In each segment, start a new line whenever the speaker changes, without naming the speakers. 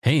Hey,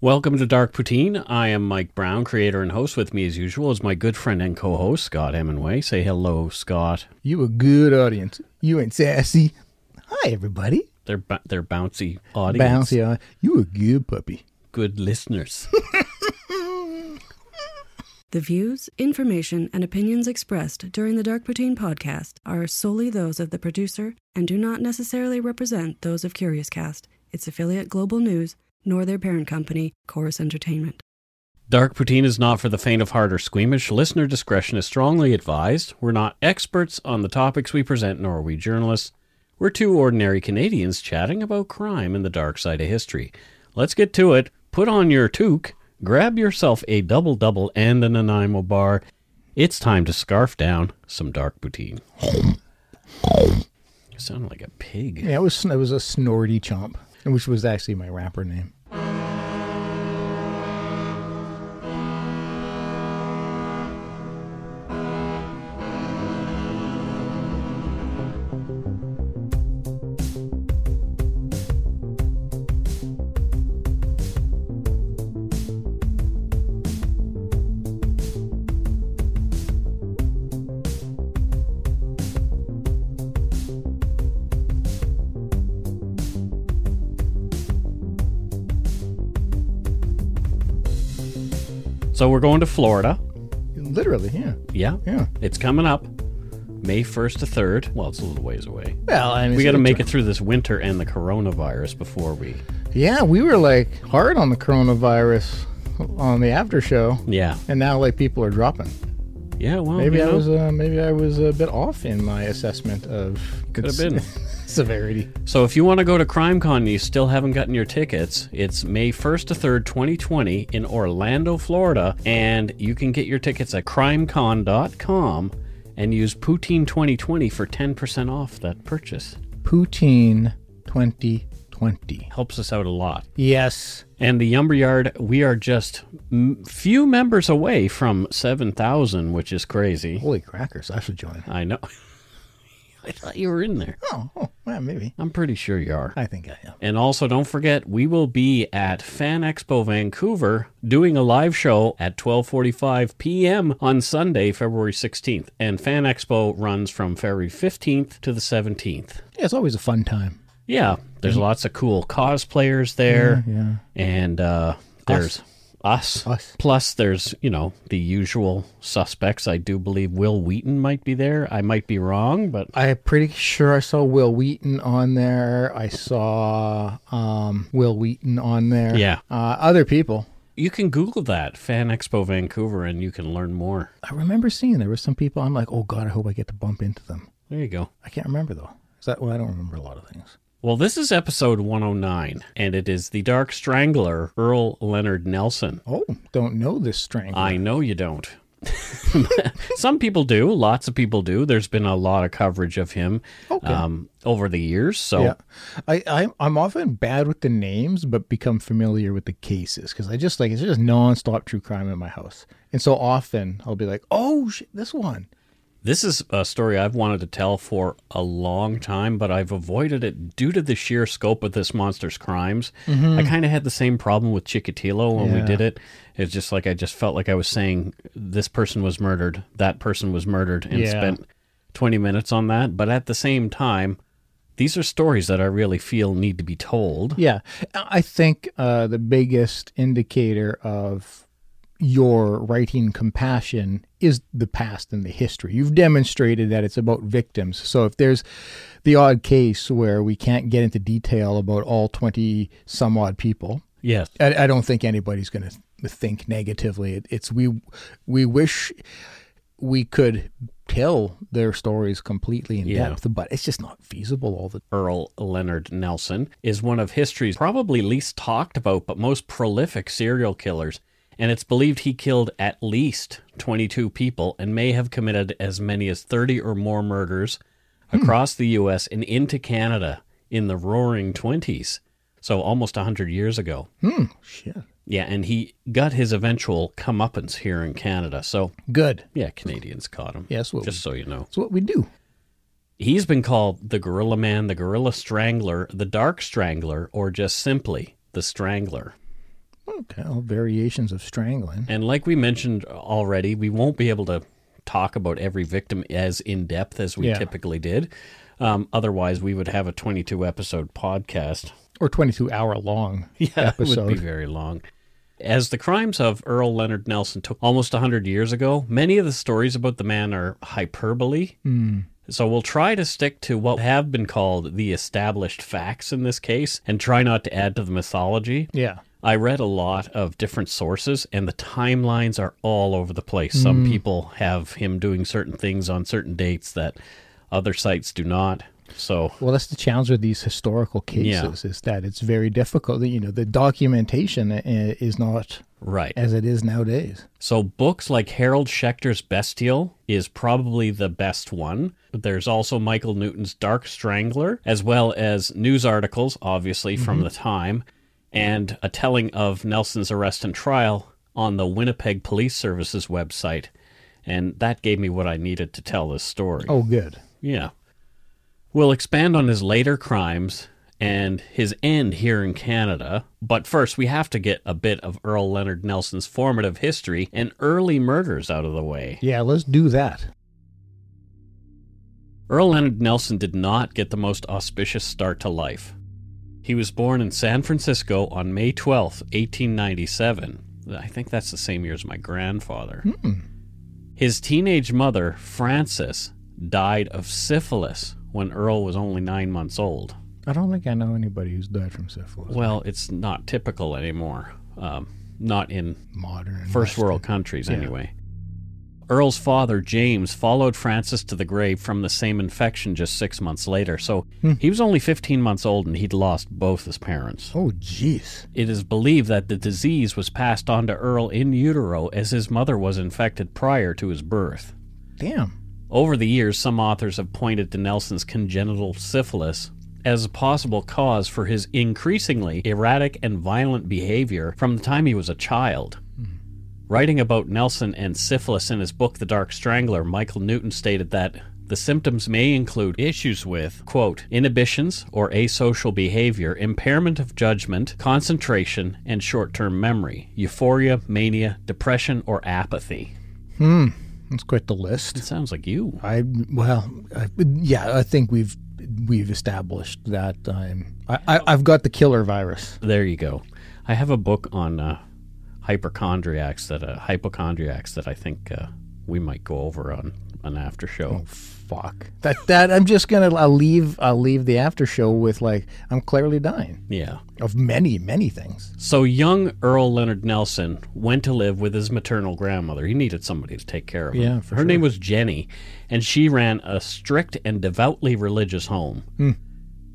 Welcome to Dark Poutine. I am Mike Brown, creator and host. With me, as usual, is my good friend and co host, Scott Hemingway. Say hello, Scott.
You a good audience. You ain't sassy. Hi, everybody.
They're, bu- they're bouncy audience.
Bouncy on. You a good puppy.
Good listeners.
The views, information, and opinions expressed during the Dark Poutine podcast are solely those of the producer and do not necessarily represent those of CuriousCast, its affiliate Global News, nor their parent company, Chorus Entertainment.
Dark Poutine is not for the faint of heart or squeamish. Listener discretion is strongly advised. We're not experts on the topics we present, nor are we journalists. We're two ordinary Canadians chatting about crime and the dark side of history. Let's get to it. Put on your toque, grab yourself a double double and a Nanaimo bar. It's time to scarf down some dark poutine. You sound like a pig.
Yeah, it was it was a snorty chomp, which was actually my rapper name.
So we're going to Florida.
Literally, yeah,
Yeah.
yeah.
It's coming up May 1st to 3rd. Well, it's a little ways away.
Well, I mean,
We got to
it's-
make it through this winter and the coronavirus before we.
Yeah, we were like hard on the coronavirus on the after show,
Yeah.
and now like people are dropping.
Yeah. Well,
Maybe
you
I
know,
was uh, maybe I was a bit off in my assessment of
Could have
cons-
been.
severity.
So if you want to go to CrimeCon and you still haven't gotten your tickets, it's May 1st to 3rd, 2020 in Orlando, Florida. And you can get your tickets at crimecon.com and use Poutine 2020 for 10% off that purchase.
Poutine 2020.
Helps us out a lot.
Yes.
And the Yumber Yard, we are just m- few members away from 7,000, which is crazy.
Holy crackers! I should join.
I know. I thought you were in there.
Oh, oh well, maybe.
I'm pretty sure you are.
I think I am.
And also, don't forget, we will be at Fan Expo Vancouver doing a live show at 12:45 p.m. on Sunday, February 16th. And Fan Expo runs from February 15th to the 17th.
Yeah, it's always a fun time.
Yeah, there's lots of cool cosplayers there,
Mm-hmm. Yeah.
and uh, there's us.
Us.
Plus, there's you know the usual suspects. I do believe Will Wheaton might be there. I might be wrong, but
I'm pretty sure I saw Will Wheaton on there. I saw um, Will Wheaton on there.
Yeah.
Uh, other people.
you can Google that Fan Expo Vancouver, and you can learn more.
I remember seeing there were some people. I'm like, oh God, I hope I get to bump into them.
There you go.
I can't remember though. Is that? Well, I don't remember a lot of things.
Well, this is episode 109, and it is the Dark Strangler, Earl Leonard Nelson.
Oh, don't know this strength.
I know you don't. Some people do. Lots of people do. There's been a lot of coverage of him
Okay.
um, over the years. So,
Yeah, I, I I'm often bad with the names, but become familiar with the cases because I just like it's just nonstop true crime in my house, and so often I'll be like, oh, shit, this one.
this is a story I've wanted to tell for a long time, but I've avoided it due to the sheer scope of this monster's crimes. I kind of had the same problem with Chikatilo when we
Mm-hmm. Yeah.
did it. It's just like I just felt like I was saying this person was murdered, that person was murdered, and
Yeah.
spent 20 minutes on that. But at the same time, these are stories that I really feel need to be told.
Yeah, I think uh, the biggest indicator of your writing compassion is the past and the history. You've demonstrated that it's about victims. So if there's the odd case where we can't get into detail about all 20 some odd people,
Yes.
I, I don't think anybody's going to think negatively. It, it's we we wish we could tell their stories completely in
Yeah.
depth, but it's just not feasible all the
Earl Leonard Nelson, is one of history's probably least talked about but most prolific serial killers, and it's believed he killed at least 22 people and may have committed as many as 30 or more murders across the U.S. and into Canada in the roaring 20s, so almost 100 years ago.
Hmm. Shit.
Yeah, and he got his eventual comeuppance here in Canada, so
Good.
yeah, Canadians caught him.
Yes, what
just so you know.
That's what we do.
He's been called the Gorilla Man, the Gorilla Strangler, the Dark Strangler, or just simply the Strangler.
Okay. All variations of strangling.
And like we mentioned already, we won't be able to talk about every victim as in depth as we
Yeah.
typically did. Um, otherwise, we would have a 22 episode podcast.
Or 22 hour long
Yeah, it would
episode.
be very long. As the crimes of Earl Leonard Nelson took almost 100 years ago, many of the stories about the man are hyperbole. So we'll try to stick to what have been called the established facts in this case and try not to add to the mythology.
Yeah.
I read a lot of different sources, and the timelines are all over the place. Some people have him doing certain things on certain dates that other sites do not. So,
Well, that's the challenge with these historical cases is that it's very difficult. You know, the documentation i- is not
right.
as it is nowadays.
So books like Harold Schechter's Bestial is probably the best one. There's also Michael Newton's Dark Strangler, as well as news articles, obviously from the time, and a telling of Nelson's arrest and trial on the Winnipeg Police Service's website. And that gave me what I needed to tell this story.
Oh, good.
Yeah. We'll expand on his later crimes and his end here in Canada, but first we have to get a bit of Earl Leonard Nelson's formative history and early murders out of the way.
Yeah, let's do that.
Earl Leonard Nelson did not get the most auspicious start to life. He was born in San Francisco on May 12, 1897. I think that's the same year as my grandfather.
Hmm.
His teenage mother, Frances, died of syphilis when Earl was only nine months old.
I don't think I know anybody who's died from syphilis.
Well, it's not typical anymore. Um, not in
Modern.
first
Western.
world countries,
Yeah.
anyway. Earl's father, James, followed Francis to the grave from the same infection just six months later. So he was only 15 months old and he'd lost both his parents.
Oh, jeez.
It is believed that the disease was passed on to Earl in utero as his mother was infected prior to his birth.
Damn.
Over the years, some authors have pointed to Nelson's congenital syphilis as a possible cause for his increasingly erratic and violent behavior from the time he was a child. Writing about Nelson and syphilis in his book The Dark Strangler, Michael Newton stated that the symptoms may include issues with, quote, inhibitions or asocial behavior, impairment of judgment, concentration, and short term memory, euphoria, mania, depression, or apathy.
Let's quit the list.
It sounds like you.
I well, I, yeah, I think we've we've established that I'm I, I, I've got the killer virus.
There you go. I have a book on uh, hypochondriacs that uh, hypochondriacs that I think uh, we might go over on an after show.
Fuck that. That I'm just gonna I'll leave I'll leave the after show with like I'm clearly dying
Yeah.
of many many things.
So young Earl Leonard Nelson went to live with his maternal grandmother. He needed somebody to take care of him.
Yeah, for
Her name was Jenny, and she ran a strict and devoutly religious home.
Hmm.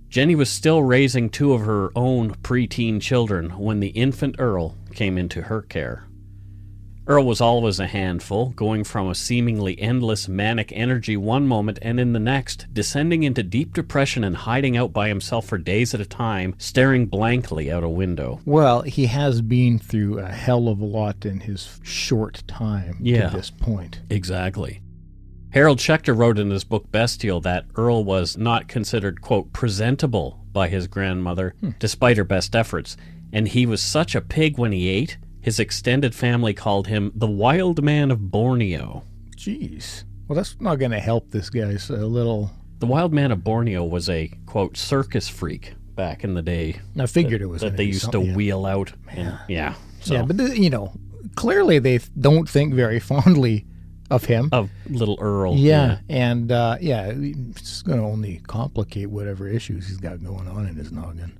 Jenny was still raising two of her own preteen children when the infant Earl came into her care. Earl was always a handful, going from a seemingly endless manic energy one moment and in the next, descending into deep depression and hiding out by himself for days at a time, staring blankly out a window.
Well, he has been through a hell of a lot in his short time
Yeah.
to this point.
Exactly. Harold Schechter wrote in his book Bestial that Earl was not considered, quote, presentable by his grandmother,
Hmm.
despite her best efforts. And he was such a pig when he ate, his extended family called him the wild man of Borneo.
Jeez. Well, that's not going to help this guy's a little.
The wild man of Borneo was a, quote, circus freak back in the day
I figured it was
that
gonna
they
be
used to
something, yeah.
wheel out. And, yeah. So,
Yeah, but the, you know, clearly they th- don't think very fondly of him.
of little Earl.
Yeah, and uh, yeah, it's going to only complicate whatever issues he's got going on in his noggin.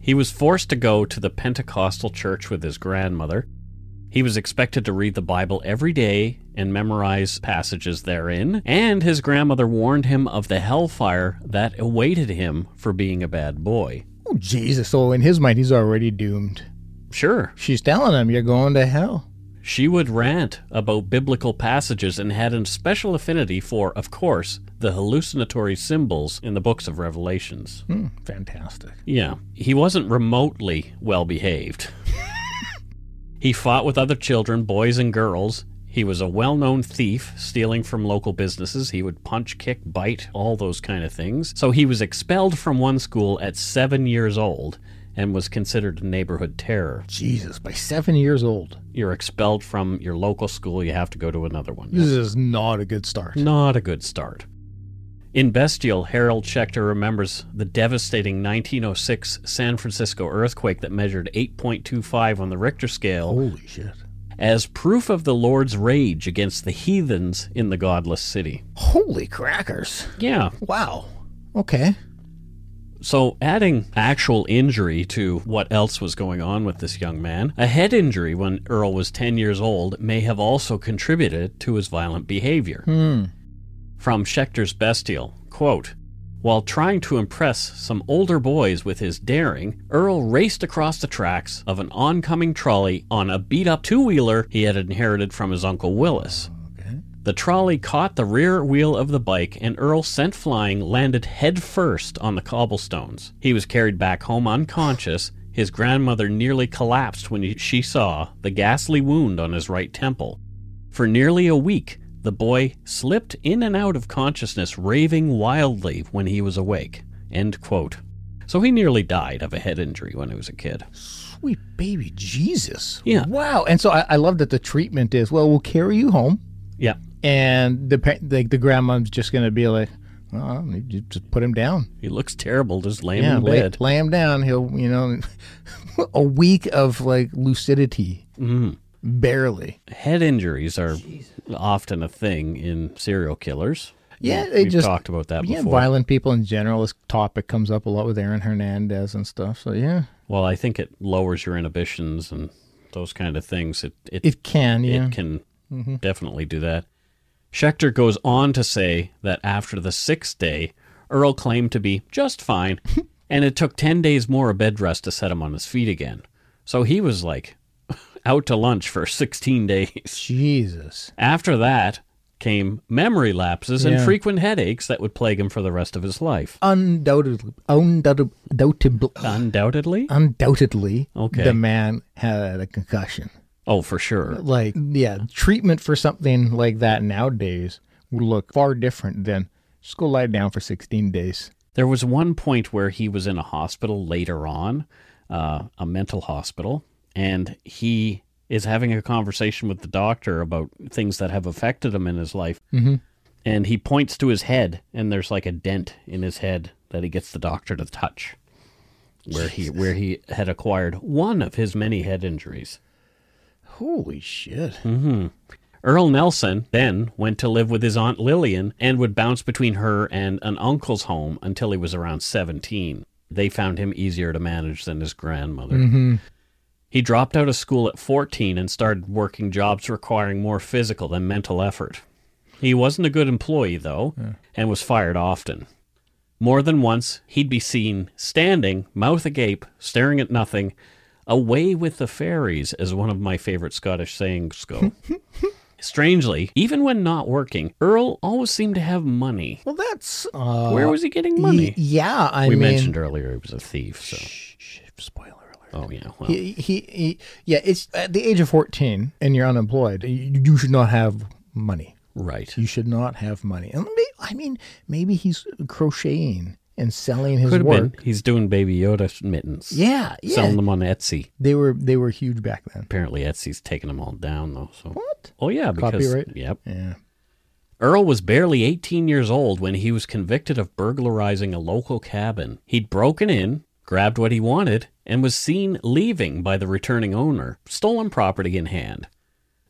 He was forced to go to the Pentecostal church with his grandmother. He was expected to read the Bible every day and memorize passages therein, and his grandmother warned him of the hellfire that awaited him for being a bad boy.
Oh, Jesus. So in his mind, he's already doomed.
Sure,
She's telling him, you're going to hell.
she would rant about biblical passages and had a special affinity for, of course, the hallucinatory symbols in the books of Revelations.
Hmm, fantastic.
Yeah, he wasn't remotely well behaved. he fought with other children, boys and girls. He was a well known thief, stealing from local businesses. He would punch, kick, bite, all those kind of things. So he was expelled from one school at seven years old and was considered a neighborhood terror.
Jesus, by seven years old.
You're expelled from your local school, you have to go to another one.
This is not a good start.
Not a good start. In Bestial, Harold Schechter remembers the devastating 1906 San Francisco earthquake that measured 8.25 on the Richter scale
Holy shit.
as proof of the Lord's rage against the heathens in the godless city.
Holy crackers.
Yeah,
Wow. Okay.
so adding actual injury to what else was going on with this young man, a head injury when Earl was 10 years old may have also contributed to his violent behavior.
Hmm.
from Schechter's Bestial. Quote, while trying to impress some older boys with his daring, Earl raced across the tracks of an oncoming trolley on a beat up two wheeler he had inherited from his uncle Willis.
Okay.
The trolley caught the rear wheel of the bike, and Earl, sent flying, landed head first on the cobblestones. He was carried back home unconscious. His grandmother nearly collapsed when she saw the ghastly wound on his right temple. For nearly a week, the boy slipped in and out of consciousness, raving wildly when he was awake. End quote. So he nearly died of a head injury when he was a kid.
Sweet baby Jesus.
Yeah.
Wow. And so I, I love that the treatment is well, we'll carry you home,
Yeah,
and the pa- like the grandma's just gonna be like, well, you just put him down.
he looks terrible just laying
yeah,
in
lay,
bed.
lay him down. He'll, you know, a week of like lucidity,
Mm.
barely.
Head injuries are often a thing in serial killers.
Yeah,
We-
they
we've
just-
talked about that
yeah,
before.
violent people in general. This topic comes up a lot with Aaron Hernandez and stuff. So yeah,
Well, I think it lowers your inhibitions and those kind of things. It it,
it Mm-hmm. can. Yeah,
it can definitely do that. Schechter goes on to say that after the sixth day, Earl claimed to be just fine, and it took 10 days more of bed rest to set him on his feet again. So he was like out to lunch for 16 days.
Jesus.
After that came memory lapses and
Yeah.
frequent headaches that would plague him for the rest of his life.
Undoubtedly, undoubtedly, undoubtedly,
Undoubtedly?
undoubtedly
Okay.
the man had a concussion.
Oh, for sure.
Like, yeah, treatment for something like that nowadays would look far different than just go lie down for 16 days.
There was one point where he was in a hospital later on, uh, a mental hospital, and he is having a conversation with the doctor about things that have affected him in his life. Mm-hmm. And he points to his head, and there's like a dent in his head that he gets the doctor to touch, where he where he had acquired one of his many head injuries.
Holy shit.
Earl Nelson then went to live with his aunt Lillian and would bounce between her and an uncle's home until he was around 17. They found him easier to manage than his grandmother. He dropped out of school at 14 and started working jobs requiring more physical than mental effort. He wasn't a good employee, though, and was fired often. More than once, he'd be seen standing, mouth agape, staring at nothing, away with the fairies, as one of my favorite Scottish sayings go. Strangely, even when not working, Earl always seemed to have money.
Well, that's. Uh,
Where was he getting money?
y- yeah, I
we
mean.
mentioned earlier he was a thief, so.
Shh, shh, spoiler alert.
Oh, yeah. Well,
He, he, he, yeah, it's at the age of 14 and you're unemployed, you, you should not have money.
right.
You should not have money. And maybe, I mean, maybe he's crocheting and selling his
Could have
work.
been. He's doing Baby Yoda mittens.
Yeah, yeah.
Selling them on Etsy.
They were they were huge back then.
Apparently, Etsy's taking them all down, though. So.
What?
Oh, yeah. Because,
Copyright?
Yep.
Yeah.
Earl was barely 18 years old when he was convicted of burglarizing a local cabin. He'd broken in, grabbed what he wanted, and was seen leaving by the returning owner, stolen property in hand.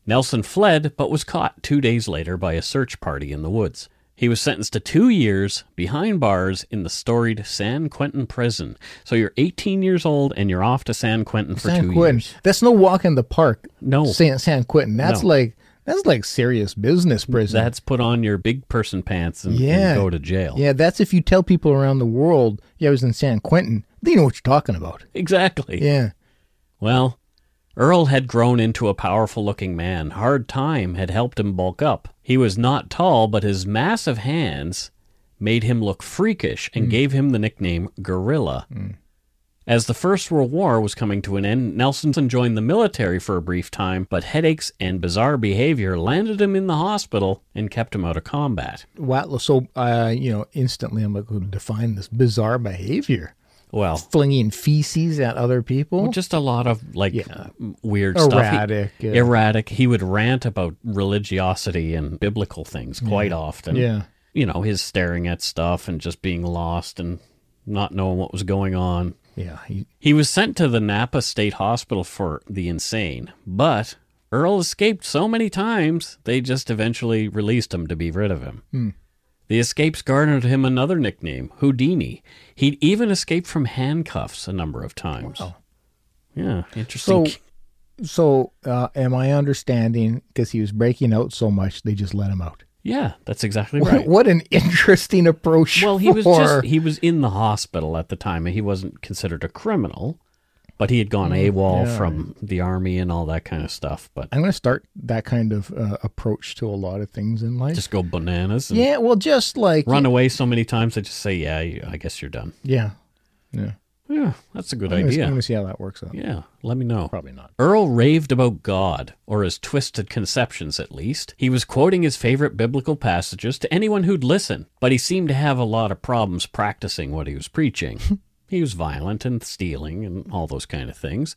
Nelson fled but was caught two days later by a search party in the woods. He was sentenced to two years behind bars in the storied San Quentin prison. So you're 18 years old and you're off to San Quentin for
San
two
Quentin.
years.
That's no walk in the park.
No.
San San Quentin. That's
No.
like that's like serious business prison.
That's put on your big person pants and, and
yeah.
go to jail.
Yeah, that's if you tell people around the world, yeah, I was in San Quentin. They know what you're talking about.
Exactly.
Yeah.
Well, Earl had grown into a powerful looking man. Hard time had helped him bulk up. He was not tall, but his massive hands made him look freakish and gave him the nickname Gorilla. As the First World War was coming to an end, Nelson joined the military for a brief time, but headaches and bizarre behavior landed him in the hospital and kept him out of combat.
Wow. So, uh, you know, instantly I'm like, "Who define this bizarre behavior.
Well,
Flinging feces at other people.
Well, just a lot of like
Oh. Yeah.
m- weird
Erratic,
stuff. He-
yeah.
Erratic. He would rant about religiosity and biblical things quite often.
yeah.
You know, his staring at stuff and just being lost and not knowing what was going on.
Yeah. He,
He was sent to the Napa State Hospital for the insane, but Earl escaped so many times, they just eventually released him to be rid of him.
Hmm.
The escapes garnered him another nickname, Houdini. He'd even escaped from handcuffs a number of times. Yeah,
so,
interesting.
so uh, am I understanding? Because he was breaking out so much, they just let him out.
yeah, that's exactly
What,
right.
what an interesting approach.
Well, he was
for-
just he was in the hospital at the time and he wasn't considered a criminal, but he had
Oh
gone AWOL from the army and all that kind of stuff, but
I'm going to start that kind of uh, approach to a lot of things in life.
just go bananas and
yeah. Well, just like
run away so many times they just say, "Yeah, you- I guess you're done."
Yeah. Yeah.
Yeah, that's a good
I'm
idea.
going to see how that works out.
Yeah, let me know.
Probably not.
Earl raved about God, or his twisted conceptions at least. He was quoting his favorite biblical passages to anyone who'd listen, but he seemed to have a lot of problems practicing what he was preaching. he was violent and stealing and all those kind of things.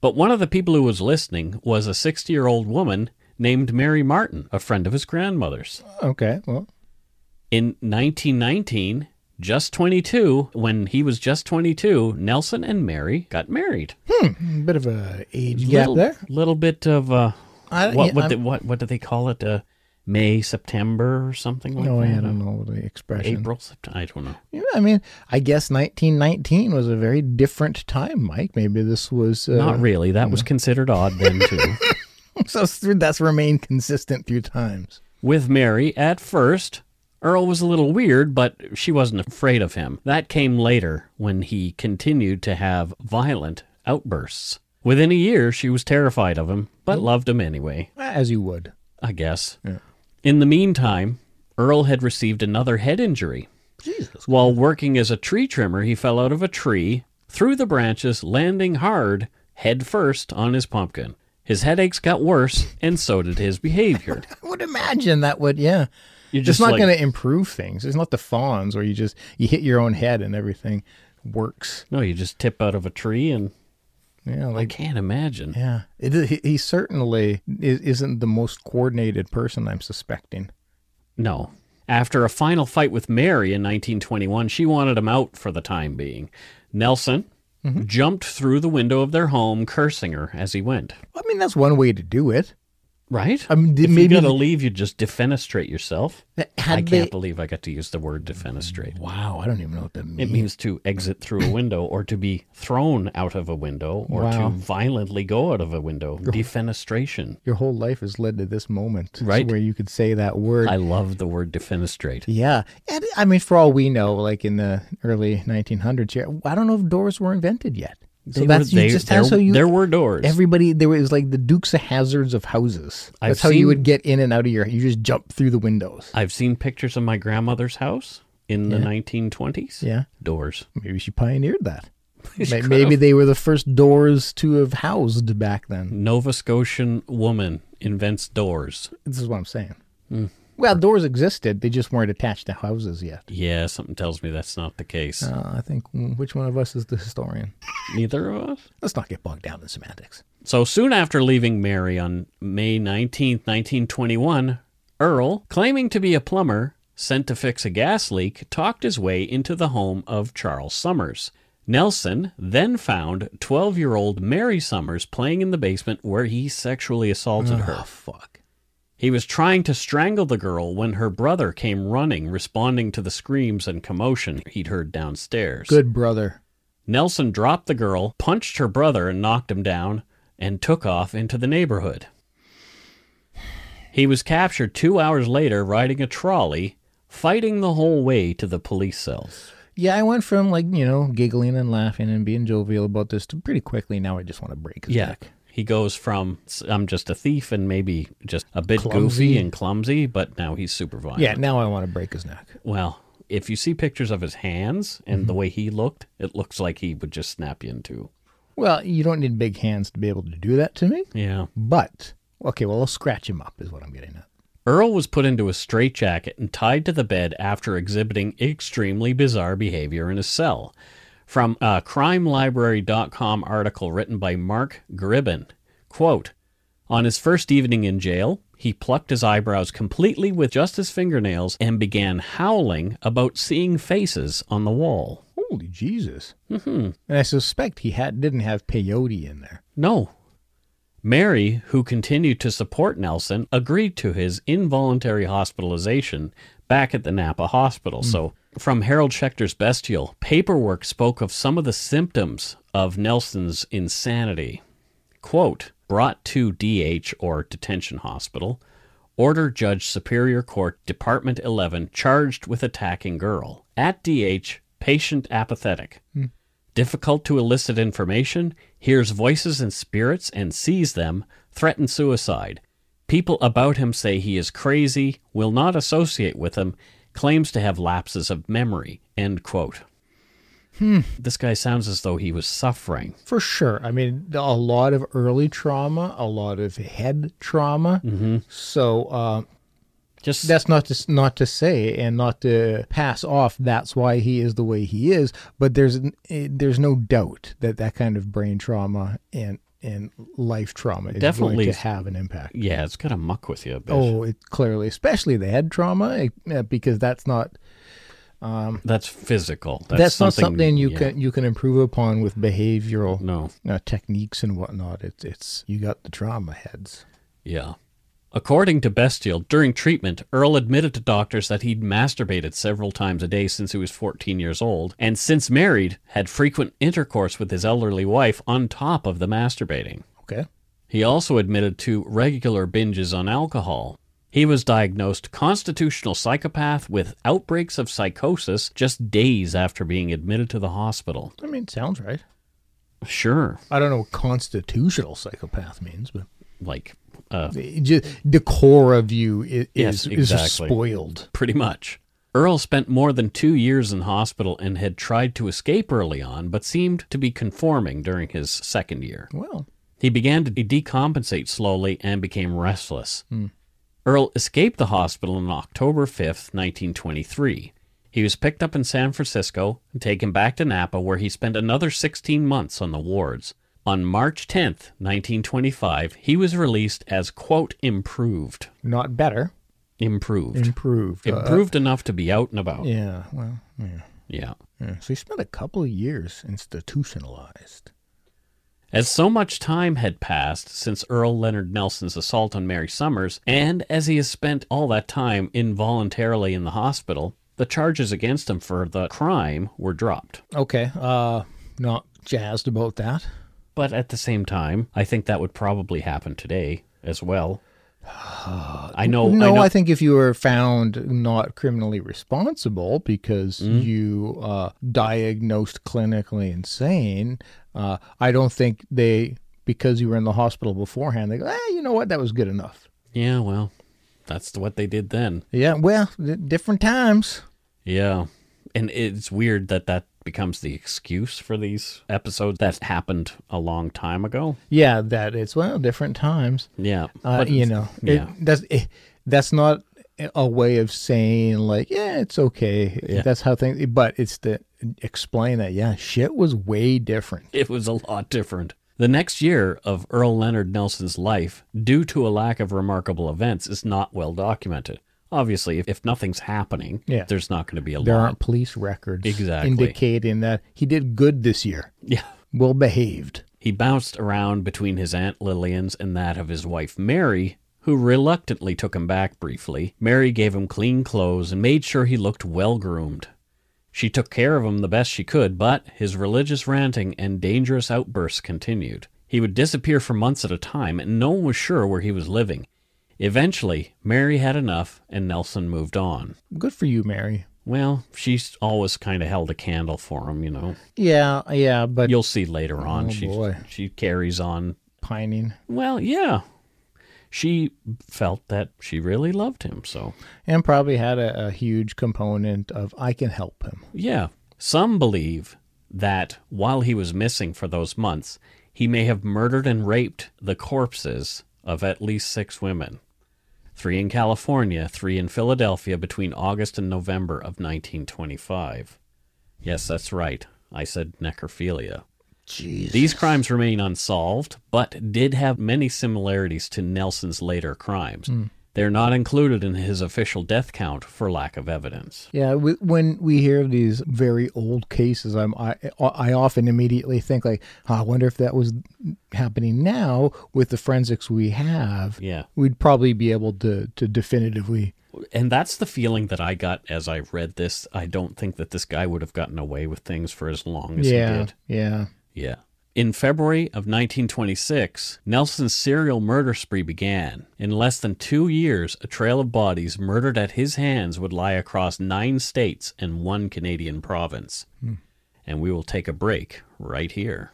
But one of the people who was listening was a 60 year old woman named Mary Martin, a friend of his grandmother's.
Okay. Well,
In 1919, just 22, when he was just 22, Nelson and Mary got married.
hmm, bit of a age gap
little,
there.
little bit of uh,
I-
what
yeah,
what,
I'm-
the, what what do they call it? Uh, May September or something like
No,
that.
I don't know the expression.
April September. I don't know.
Yeah, I mean, I guess 1919 was a very different time, Mike. Maybe this was uh,
Not really. That was considered odd then too.
so it's through- that's remained consistent through times.
With Mary at first. Earl was a little weird, but she wasn't afraid of him. That came later when he continued to have violent outbursts. Within a year, she was terrified of him, but loved him anyway.
As you would.
I guess.
Hmm. Yeah.
In the meantime, Earl had received another head injury. Jesus. While working as a tree trimmer, he fell out of a tree, through the branches, landing hard, head first, on his pumpkin. His headaches got worse, and so did his behavior.
I would imagine that would, yeah.
You're
It's
just
not
like,
going to improve things. It's not the fawns where you just you hit your own head and everything works.
no, you just tip out of a tree, and
Yeah,
I
like
can't imagine.
yeah. It, he, he certainly is, isn't the most coordinated person. I'm suspecting.
No. After a final fight with Mary in 1921, she wanted him out for the time being. Nelson
Mm-hmm.
jumped through the window of their home, cursing her as he went.
I mean, that's one way to do it.
Right?
I mean, did-
if
maybe
you gotta
the-
leave, you just defenestrate yourself.
That
I
had
can't
they-
believe I got to use the word defenestrate.
wow, I don't even know what that means.
It means to exit through a window or to be thrown out of a window or
Wow.
to violently go out of a window. Defenestration.
your whole life has led to this moment
Right.
where you could say that word
I love the word defenestrate.
yeah and i mean for all we know like in the early 1900s here i don't know if doors were invented yet so
They
that's
were,
you
they-
just
there,
that's how you
there were doors.
everybody there was like the dukes of hazards of houses
I've
that's how you
seen-
would get in and out of your you just jump through the windows
I've seen pictures of my grandmother's house in the 1920s.
yeah
Doors.
maybe she pioneered that May- maybe they were the first doors to have housed back then
Nova Scotian woman invents doors.
this is what i'm saying well doors existed they just weren't attached to houses yet
Yeah, something tells me that's not the case.
uh, i think mm, which one of us is the historian
Neither of us.
Let's not get bogged down in semantics.
So soon after leaving Mary on May 19, 1921, Earl, claiming to be a plumber sent to fix a gas leak, talked his way into the home of Charles Summers. Nelson then found 12 year old Mary Summers playing in the basement where he sexually assaulted her.
Ah, fuck.
He was trying to strangle the girl when her brother came running, responding to the screams and commotion he'd heard downstairs.
Good brother.
Nelson dropped the girl, punched her brother and knocked him down, and took off into the neighborhood. He was captured two hours later riding a trolley, fighting the whole way to the police cells.
Yeah, I went from like, you know, giggling and laughing and being jovial about this to pretty quickly now I just want to break his
Yeah.
neck.
He goes from "S- I'm just a thief and maybe just a bit
Clumsy.
goofy and clumsy, but now he's super violent.
Yeah, now I want to break his neck.
Well, if you see pictures of his hands and
Mm-hmm.
the way he looked, it looks like he would just snap you in two.
Well, you don't need big hands to be able to do that to me,
Yeah.
but okay, well, I'll scratch him up is what I'm getting at.
Earl was put into a straitjacket and tied to the bed after exhibiting extremely bizarre behavior in his cell. From a crimelibrary.com article written by Mark Gribben Quote On his first evening in jail, he plucked his eyebrows completely with just his fingernails and began howling about seeing faces on the wall. Mm-hmm.
Holy Jesus. And I suspect he had didn't have peyote in there.
No. Mary, who continued to support Nelson, agreed to his involuntary hospitalization back at the Napa Hospital. So, from Harold Schechter's Bestial, paperwork spoke of some of the symptoms of Nelson's insanity. Quote, brought to DH or detention hospital, order Judge Superior Court, Department 11, charged with attacking girl. At DH, patient apathetic difficult to elicit information, hears voices and spirits and sees them, threatens suicide. People about him say he is crazy, will not associate with him, claims to have lapses of memory. End quote. Hmm. This guy sounds as though he was suffering.
For sure. I mean, a lot of early trauma, a lot of head trauma. So uh,
Just
that's not to s- not to say and not to pass off. That's why he is the way he is. But there's n- eh, there's no doubt that that kind of brain trauma and and life trauma is
Definitely.
going to have an impact.
yeah, it's gonna muck with you a bit.
Oh, it clearly, especially the head trauma, eh, because that's not
that's physical. That's,
that's, not something you
yeah,
can you can improve upon with behavioral
No.
uh, techniques and whatnot. It's it's you got the trauma heads.
Yeah. According to Bestial, during treatment, Earl admitted to doctors that he'd masturbated several times a day since he was 14 years old, and since married, had frequent intercourse with his elderly wife on top of the masturbating.
Okay.
He also admitted to regular binges on alcohol. He was diagnosed constitutional psychopath with outbreaks of psychosis just days after being admitted to the hospital.
I mean, it sounds right.
Sure,
I don't know what constitutional psychopath means, but
like uh,
it just, the core of you i- is
Yes,
is
exactly.
spoiled.
pretty much. Earl spent more than two years in hospital and had tried to escape early on, but seemed to be conforming during his second year.
Well,
He began to decompensate slowly and became restless. Earl escaped the hospital on October 5th, 1923. He was picked up in San Francisco and taken back to Napa, where he spent another 16 months on the wards. On March 10th, 1925, he was released as, quote, improved.
not better,
Improved.
improved. Uh,
Improved Oh. enough to be out and about.
yeah. Well, yeah,
Yeah.
yeah. So he spent a couple of years institutionalized.
As so much time had passed since Earl Leonard Nelson's assault on Mary Summers, and as he has spent all that time involuntarily in the hospital, the charges against him for the crime were dropped.
Okay. Uh, not jazzed about that.
But at the same time, I think that would probably happen today as well. I know.
no,
I know,
I, think if you were found not criminally responsible because
Mm-hmm.
you uh, diagnosed clinically insane, uh, I don't think they because you were in the hospital beforehand. They go, eh, you know what, that was good enough.
yeah, well, that's what they did then.
Yeah, well, th- different times.
Yeah. And it's weird that that becomes the excuse for these episodes that happened a long time ago.
Yeah, that it's well, different times.
Yeah.
Uh,
but
you know, it-
yeah.
that's eh, that's not a way of saying like, yeah, it's okay.
Yeah.
That's how things. But it's to explain that. Yeah, shit was way different.
It was a lot different. The next year of Earl Leonard Nelson's life, due to a lack of remarkable events, is not well documented. Obviously, if, if nothing's happening,
Yeah.
there's not going to be a
there
lot.
aren't police records
Exactly.
indicating that he did good this year,
Yeah.
well behaved.
He bounced around between his Aunt Lillian's and that of his wife Mary, who reluctantly took him back briefly, Mary gave him clean clothes and made sure he looked well groomed. She took care of him the best she could, but his religious ranting and dangerous outbursts continued. He would disappear for months at a time, and no one was sure where he was living. Eventually, Mary had enough, and Nelson moved on.
Good for you, Mary.
Well, she's always kind of held a candle for him, you know.
Yeah, yeah, but
You'll see later on.
Oh,
she
boy.
she carries on.
pining.
Well, yeah. She felt that she really loved him, so
And probably had a, a huge component of I can help him.
Yeah. Some believe that while he was missing for those months, he may have murdered and raped the corpses of at least six women three in California, three in Philadelphia between August and November of 1925. Yes, that's right. I said necrophilia.
Jeez.
These crimes remain unsolved, but did have many similarities to Nelson's later crimes. They're not included in his official death count for lack of evidence.
Yeah, w when we hear of these very old cases, I'm, I I often immediately think like, "Oh, I wonder if that was happening now with the forensics we have.
Yeah.
We'd probably be able to to definitively.
and that's the feeling that I got as I read this. I don't think that this guy would have gotten away with things for as long as he
yeah,
did.
yeah.
Yeah. In February of 1926, Nelson's serial murder spree began. In less than two years, a trail of bodies murdered at his hands would lie across nine states and one Canadian province. And we will take a break right here.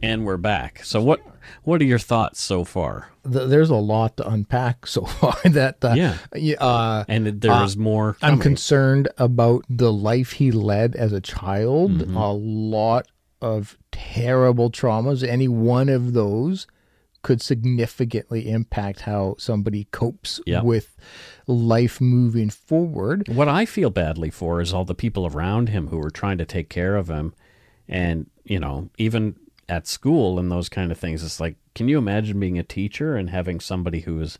And we're back. So what what are your thoughts so far?
Th- there's a lot to unpack so far. That uh,
Yeah.
y- uh,
And there is more
I'm
coming.
concerned about the life he led as a child.
Mm-hmm.
A lot of terrible traumas. Any one of those could significantly impact how somebody copes
Yeah.
with life moving forward.
What I feel badly for is all the people around him who were trying to take care of him. And, you know, even at school and those kind of things, it's like, can you imagine being a teacher and having somebody who is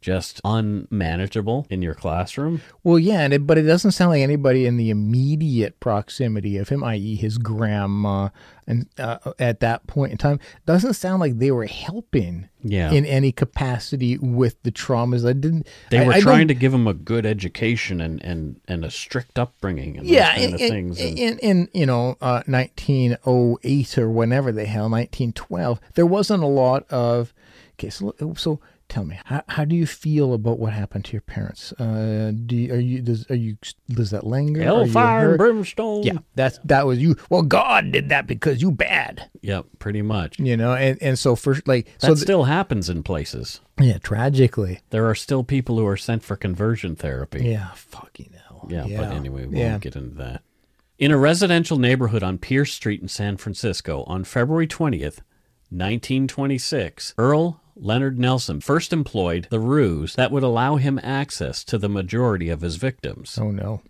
just unmanageable in your classroom?
Well, yeah, and it, but it doesn't sound like anybody in the immediate proximity of him, i.e., his grandma, and uh, at that point in time, doesn't sound like they were helping.
Yeah.
In any capacity with the traumas, I didn't.
they
I-
were
I don't-
trying to give him a good education and, and, and a strict upbringing and
yeah,
those kind of
in-
things.
In,
And,
in, in you know uh, 1908 or whenever the hell 1912, there wasn't a lot of. Okay, so, so tell me, how, how do you feel about what happened to your parents? Uh, do you, are you does are you does that linger? Are you
Hellfire and
hurt?
brimstone.
Yeah, that's that was you. Well, God did that because you bad,
Yeah, pretty much.
you know, and and so for like
That
so
still happens in places.
th- yeah, tragically,
There are still people who are sent for conversion therapy.
yeah, fucking hell,
Yeah, but anyway, we won't
yeah.
get into that. In a residential neighborhood on Pierce Street in San Francisco on February 20th, 1926, Earl Leonard Nelson first employed the ruse that would allow him access to the majority of his victims.
Oh no,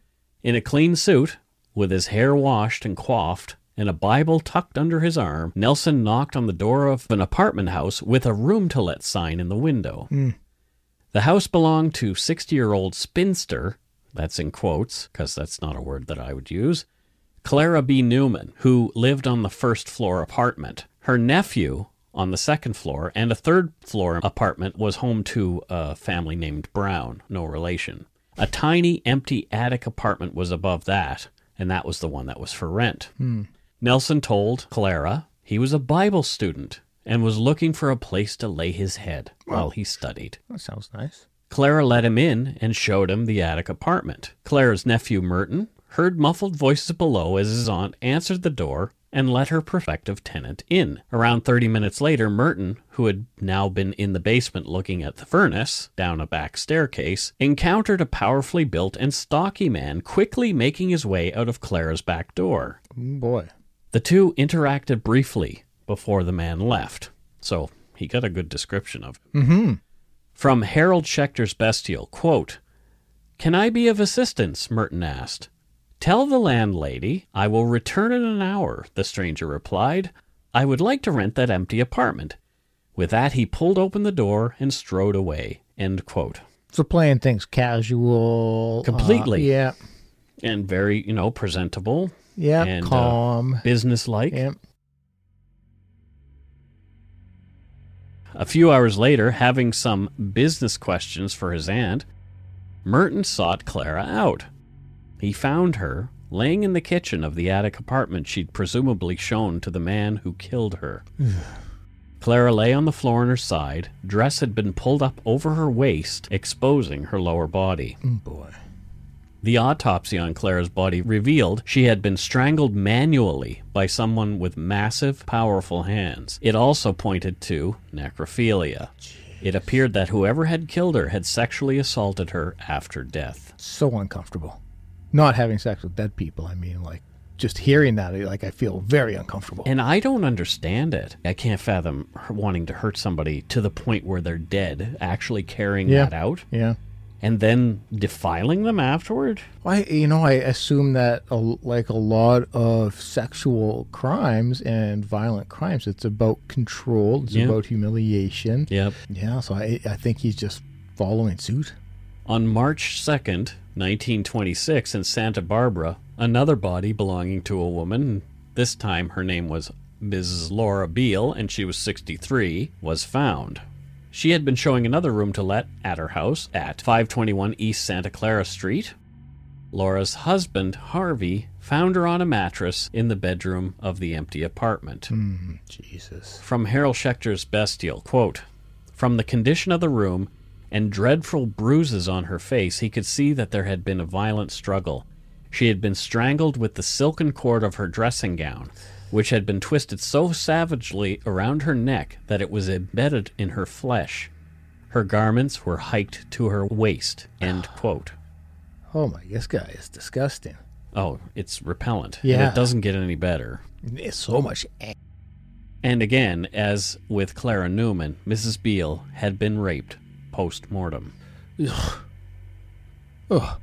In a clean suit, with his hair washed and coiffed, and a Bible tucked under his arm, Nelson knocked on the door of an apartment house with a room to let sign in the window.
Mm,
The house belonged to 60 year old spinster, that's in quotes, because that's not a word that I would use, Clara B. Newman, who lived on the first floor apartment. Her nephew on the second floor, and a third floor apartment was home to a family named Brown, no relation. A tiny, empty attic apartment was above that, and that was the one that was for rent.
hmm.
Nelson told Clara he was a Bible student and was looking for a place to lay his head while he studied.
that sounds nice.
Clara let him in and showed him the attic apartment. Clara's nephew Merton heard muffled voices below as his aunt answered the door and let her prospective tenant in. Around 30 minutes later, Merton, who had now been in the basement looking at the furnace down a back staircase, encountered a powerfully built and stocky man quickly making his way out of Clara's back door.
Mm, Boy,
The two interacted briefly before the man left, so he got a good description of him.
Mm-hmm.
From Harold Schechter's Bestial, quote, Can I be of assistance? Merton asked. Tell the landlady I will return in an hour, the stranger replied. I would like to rent that empty apartment. With that, he pulled open the door and strode away. End quote.
so playing things casual, uh,
Completely.
yeah.
And very, you know, presentable.
Yep.
And, uh,
calm.
businesslike.
yep.
A few hours later, having some business questions for his aunt, Merton sought Clara out. He found her laying in the kitchen of the attic apartment she'd presumably shown to the man who killed her. Clara lay on the floor on her side. Dress had been pulled up over her waist, exposing her lower body.
Mm, Boy.
The autopsy on Clara's body revealed she had been strangled manually by someone with massive, powerful hands. It also pointed to necrophilia. It appeared that whoever had killed her had sexually assaulted her after death.
So uncomfortable. Not having sex with dead people. I mean, like, just hearing that, like, I feel very uncomfortable.
And I don't understand it. I can't fathom her wanting to hurt somebody to the point where they're dead, actually carrying
Yeah.
that out,
yeah.
and then defiling them afterward.
Well, I, you know, I assume that a, like a lot of sexual crimes and violent crimes, it's about control, it's
Yeah.
about humiliation.
Yep.
Yeah, so I, I think he's just following suit.
On March 2nd, 1926, in Santa Barbara, another body belonging to a woman, this time her name was Mrs. Laura Beale and she was 63, was found. She had been showing another room to let at her house at 521 East Santa Clara Street. Laura's husband, Harvey, found her on a mattress in the bedroom of the empty apartment.
Mm, Jesus.
From Harold Schechter's Bestial, quote, From the condition of the room and dreadful bruises on her face, he could see that there had been a violent struggle. She had been strangled with the silken cord of her dressing gown, which had been twisted so savagely around her neck that it was embedded in her flesh. Her garments were hiked to her waist, end quote.
Oh my, this guy is disgusting.
Oh, it's repellent. And
Yeah.
it doesn't get any better.
There's so much. a-
And again, as with Clara Newman, Mrs. Beale had been raped post mortem.
Ugh.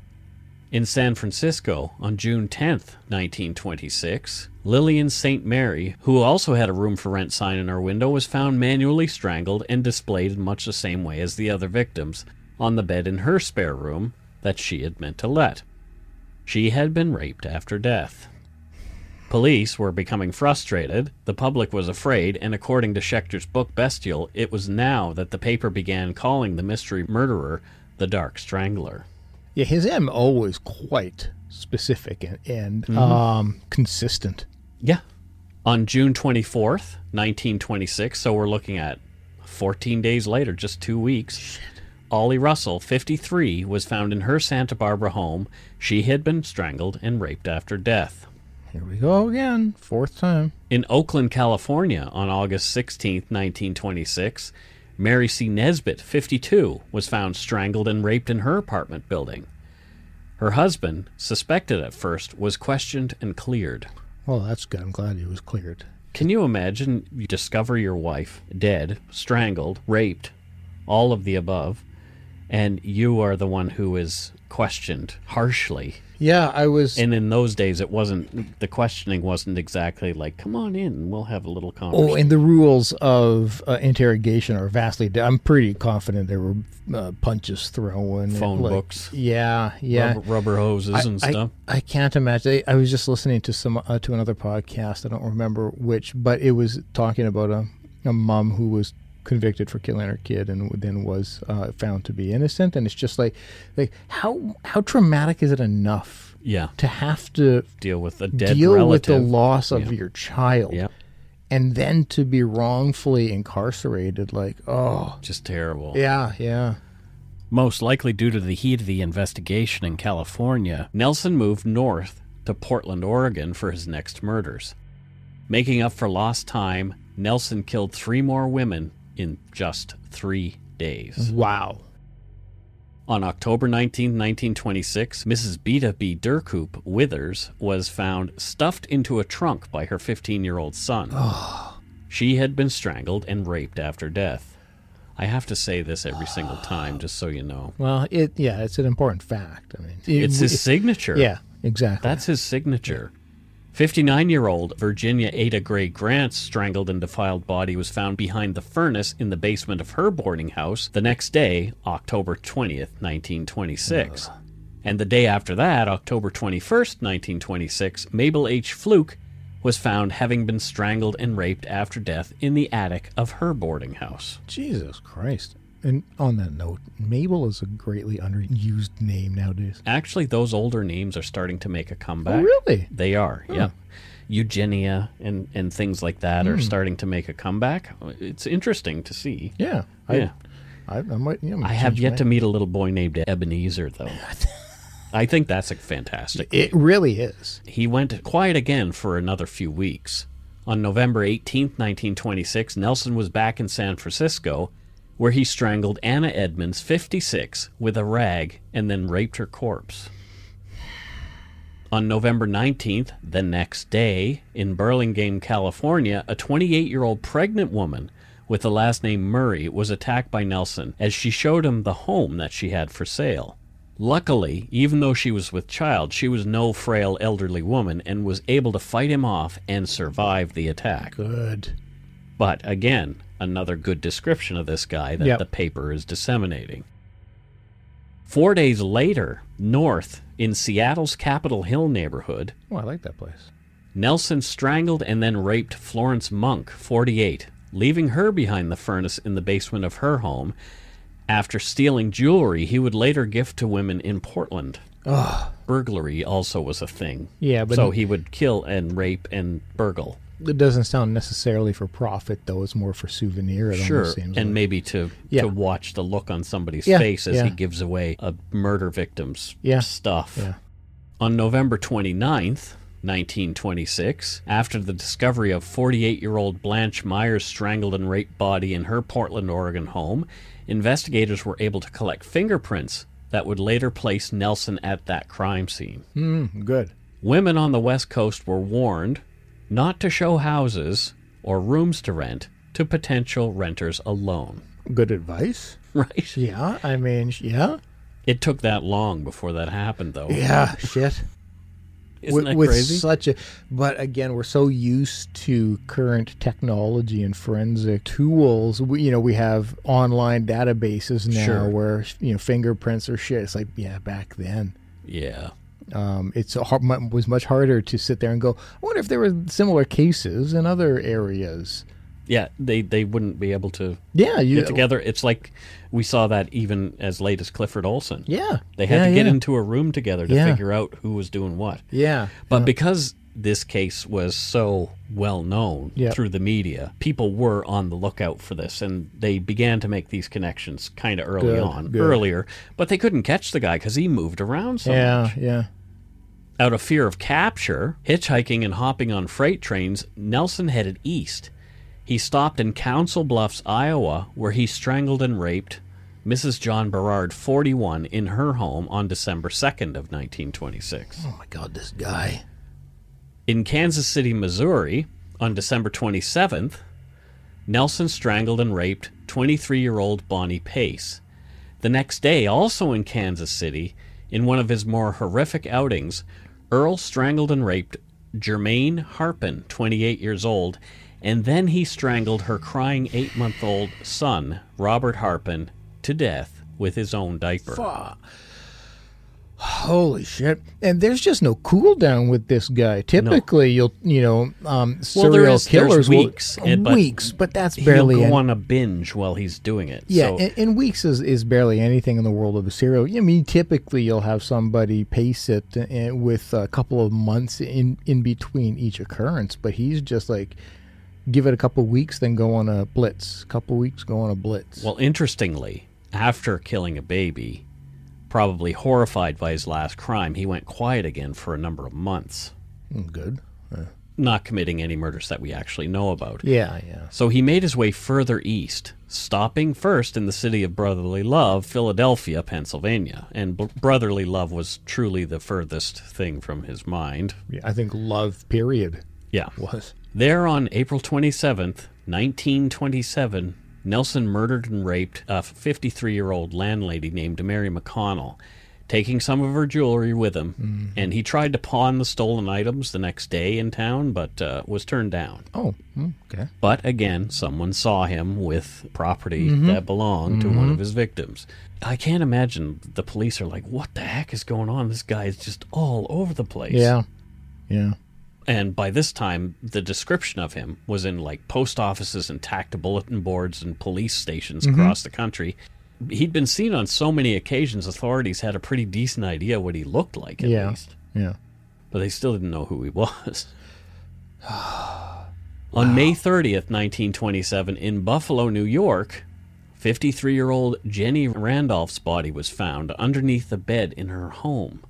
In San Francisco, on June 10th, 1926, Lillian St. Mary, who also had a room for rent sign in her window, was found manually strangled and displayed in much the same way as the other victims on the bed in her spare room that she had meant to let. She had been raped after death. Police were becoming frustrated, the public was afraid, and according to Schechter's book Bestial, it was now that the paper began calling the mystery murderer the Dark Strangler.
Yeah, his MO was quite specific and, and um, consistent.
Yeah. On June 24th, 1926, so we're looking at 14 days later, just two weeks, Ollie Russell, 53, was found in her Santa Barbara home. She had been strangled and raped after death.
Here we go again, fourth time.
In Oakland, California, on August 16th, 1926, Mary C. Nesbitt, 52, was found strangled and raped in her apartment building. Her husband, suspected at first, was questioned and cleared.
Well, that's good. I'm glad he was cleared.
Can you imagine you discover your wife dead, strangled, raped, all of the above, and you are the one who is questioned harshly?
Yeah, I was.
And in those days, it wasn't, the questioning wasn't exactly like, come on in, we'll have a little conversation.
Oh, and the rules of uh, interrogation are vastly. Di- I'm pretty confident there were uh, punches thrown,
Phone
like-
books.
Yeah, yeah.
rubber, rubber hoses
I,
and
I-
stuff.
I can't imagine. I, I was just listening to some uh, to another podcast. I don't remember which, but it was talking about a a mom who was convicted for killing her kid and then was uh, found to be innocent. And it's just like, like how how traumatic is it enough
yeah,
to have to
deal with a dead
deal
relative.
with the loss of your child?
Yeah,
and then to be wrongfully incarcerated like oh
just terrible.
yeah yeah
Most likely due to the heat of the investigation in California.
Nelson moved north to Portland, Oregon for his next murders. Making up for lost time, Nelson killed three more women in just three days.
wow
On October 19, 1926, Mrs. Beta B. Durkoop Withers was found stuffed into a trunk by her 15 year old son. She had been strangled and raped after death. I have to say this every single time, just so you know.
well it yeah it's an important fact i mean it-
It's his
it-
signature.
yeah exactly
That's his signature. 59 year old Virginia Ada Gray Grant's strangled and defiled body was found behind the furnace in the basement of her boarding house the next day, October 20th, 1926. And the day after that, October 21st, 1926, Mabel H. Fluke was found having been strangled and raped after death in the attic of her boarding house.
Jesus Christ. And on that note, Mabel is a greatly underused name nowadays.
Actually, those older names are starting to make a comeback.
Oh, really?
They are, yeah. Eugenia and, and things like that are starting to make a comeback. It's interesting to see.
Yeah.
Yeah.
I, I, I might. Yeah, I'm gonna
I have
change
yet
my-
to meet a little boy named Ebenezer, though. I think that's a fantastic.
It really is.
He went quiet again for another few weeks. On November 18, 1926, Nelson was back in San Francisco, where he strangled Anna Edmonds, 56, with a rag and then raped her corpse. On November 19th, the next day, in Burlingame, California, a 28 year old pregnant woman with the last name Murray was attacked by Nelson as she showed him the home that she had for sale. Luckily, even though she was with child, she was no frail elderly woman and was able to fight him off and survive the attack.
Good.
But again, another good description of this guy that
Yep.
the paper is disseminating. Four days later, north in Seattle's Capitol Hill neighborhood,
Well, Oh, I like that place.
Nelson strangled and then raped Florence Monk, 48, leaving her behind the furnace in the basement of her home after stealing jewelry he would later gift to women in Portland.
Oh,
Burglary also was a thing.
Yeah, but-
so he would kill and rape and burgle.
it doesn't sound necessarily for profit though. It's more for souvenir. It
Sure,
almost seems
and
like.
maybe to
Yeah.
to watch the look on somebody's
Yeah,
face as
yeah.
he gives away a murder victim's
Yeah,
stuff.
yeah.
On November 29th, 1926, after the discovery of 48-year-old Blanche Myers' strangled and raped body in her Portland, Oregon home, investigators were able to collect fingerprints that would later place Nelson at that crime scene.
Mm, good.
Women on the West Coast were warned not to show houses or rooms to rent to potential renters alone.
Good advice.
Right?
Yeah, I mean, sh- yeah,
It took that long before that happened, though.
yeah. Shit.
Isn't
with,
that
with
crazy?
such a but again we're so used to current technology and forensic tools we, you know we have online databases now
Sure.
where you know fingerprints or shit it's like yeah back then
yeah.
um, it's a hard, mu- was much harder to sit there and go i wonder if there were similar cases in other areas
Yeah, they, they wouldn't be able to
yeah you
get together. It's like we saw that even as late as Clifford Olson.
yeah
They had
yeah,
to get
yeah.
into a room together to
Yeah.
figure out who was doing what.
yeah
But because this case was so well known
Yeah.
through the media, people were on the lookout for this and they began to make these connections kind of early
Good,
on,
good.
earlier, but they couldn't catch the guy because he moved around so
yeah
much.
yeah
Out of fear of capture, hitchhiking and hopping on freight trains, Nelson headed east. He stopped in Council Bluffs, Iowa, where he strangled and raped Mrs. John Berard, 41, in her home on December 2nd of 1926.
oh my god this guy
In Kansas City, Missouri, on December 27th, Nelson strangled and raped 23 year old Bonnie Pace. The next day, also in Kansas City, in one of his more horrific outings, Earl strangled and raped Germaine Harpin, 28 years old, and then he strangled her crying eight month old son, Robert Harpin, to death with his own diaper.
Holy shit! And there's just no cool down with this guy. Typically, you'll you know um,
Well,
serial
there is- there's
killers will-
weeks, and- but
weeks, but that's barely
He'll
any-
go on a binge while he's doing it.
yeah.
so-
and, and weeks is, is barely anything in the world of the serial. I mean, typically you'll have somebody pace it uh, with a couple of months in in between each occurrence, but he's just like give it a couple weeks, then go on a blitz. Couple weeks, go on a blitz.
Well, interestingly, after killing a baby, probably horrified by his last crime, he went quiet again for a number of months,
Mm, Good.
not committing any murders that we actually know about.
Yeah, yeah.
So he made his way further east, stopping first in the city of Brotherly Love, Philadelphia, Pennsylvania. And br- Brotherly Love was truly the furthest thing from his mind.
Yeah, I think love period
Yeah.
was.
There on April 27th, 1927, Nelson murdered and raped a 53 year old landlady named Mary McConnell, taking some of her jewelry with him, and he tried to pawn the stolen items the next day in town, but uh, was turned down.
Oh,
hmm,
okay.
But again, someone saw him with property that belonged to one of his victims. I can't imagine the police are like, what the heck is going on? This guy is just all over the place.
Yeah. Yeah.
And by this time, the description of him was in like post offices and tacked bulletin boards and police stations across the country. He'd been seen on so many occasions, authorities had a pretty decent idea what he looked like, at
yeah.
least.
Yeah.
But they still didn't know who he was. on May 30th, 1927, in Buffalo, New York, 53 year old Jenny Randolph's body was found underneath the bed in her home.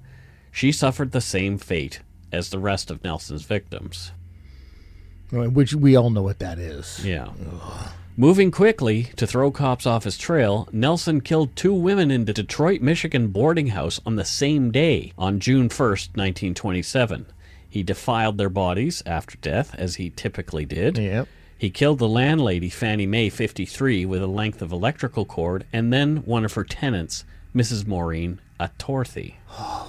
She suffered the same fate as the rest of Nelson's victims.
Well, Which we all know what that is.
Yeah. Moving quickly to throw cops off his trail, Nelson killed two women in the Detroit, Michigan boarding house on the same day, on June 1st, 1927. He defiled their bodies after death, as he typically did.
Yep.
He killed the landlady, Fannie Mae, 53, with a length of electrical cord, and then one of her tenants, Mrs. Maureen Atorthy.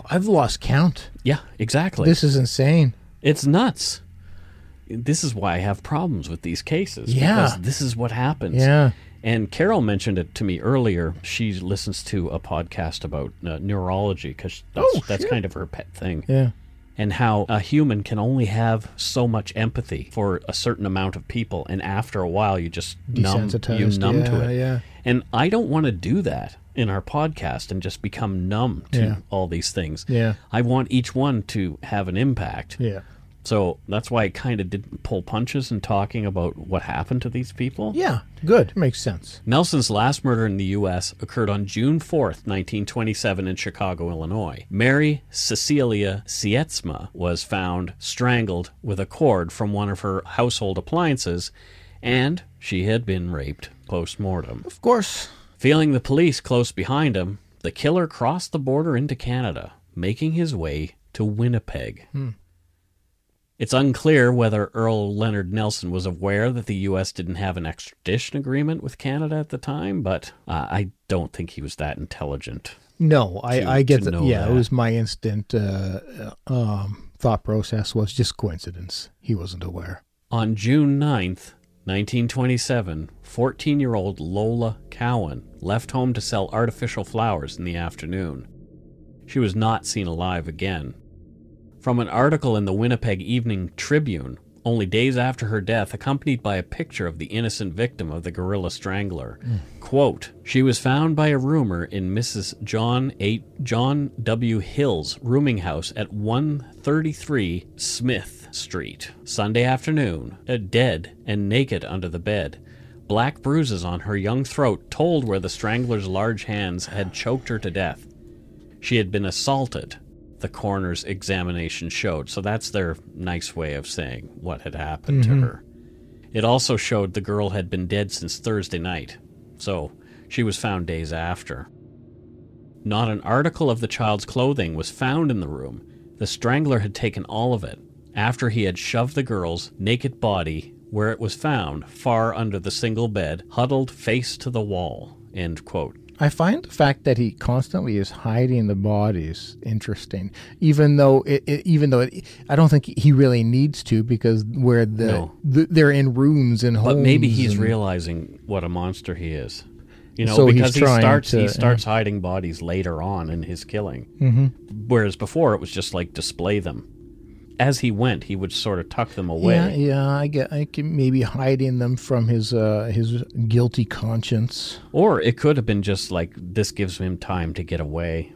I've lost count.
Yeah, exactly.
This is insane.
It's nuts. This is why I have problems with these cases.
Yeah.
Because this is what happens.
Yeah.
And Carol mentioned it to me earlier. She listens to a podcast about uh, neurology because that's,
Oh,
that's
shit.
kind of her pet thing.
Yeah.
And how a human can only have so much empathy for a certain amount of people. And after a while, you just numb, you
Desensitized.
numb to
Yeah,
it.
yeah.
And I don't want to do that in our podcast and just become numb to
Yeah.
all these things.
Yeah.
I want each one to have an impact.
Yeah.
So that's why I kind of didn't pull punches in talking about what happened to these people.
Yeah. Good. Makes sense.
Nelson's last murder in the U.S. occurred on June 4th, 1927, in Chicago, Illinois. Mary Cecilia Sietzma was found strangled with a cord from one of her household appliances, and she had been raped post mortem.
Of course.
Feeling the police close behind him, the killer crossed the border into Canada, making his way to Winnipeg. It's unclear whether Earl Leonard Nelson was aware that the U.S. didn't have an extradition agreement with Canada at the time, but uh, I don't think he was that intelligent.
No, I,
to-
I
to
get that.
know
Yeah,
that.
it was my instant uh, uh, um, thought process was just coincidence. He wasn't aware.
On June 9th, 1927, 14 year old Lola Cowan left home to sell artificial flowers in the afternoon. She was not seen alive again. From an article in the Winnipeg Evening Tribune, only days after her death, accompanied by a picture of the innocent victim of the gorilla strangler. Quote, She was found by a roomer in Mrs. John A. John W. Hill's rooming house at 133 Smith Street, Sunday afternoon, uh, dead and naked under the bed. Black bruises on her young throat told where the strangler's large hands had choked her to death. She had been assaulted, the coroner's examination showed. So that's their nice way of saying what had happened to her. It also showed the girl had been dead since Thursday night, so she was found days after. Not an article of the child's clothing was found in the room. The strangler had taken all of it after he had shoved the girl's naked body where it was found, far under the single bed, huddled face to the wall. End quote.
I find the fact that he constantly is hiding the bodies interesting, even though it, it even though it, I don't think he really needs to because where the,
No.
the they're in rooms and homes.
But maybe he's
and-
realizing what a monster he is. You know,
So he's
because he
trying
starts
to-
he starts hiding bodies later on in his killing. Mm-hmm. Whereas before it was just like display them. As he went, he would sort of tuck them away.
Yeah, yeah, I get. I can maybe hiding them from his uh, his guilty conscience.
Or it could have been just like this gives him time to get away.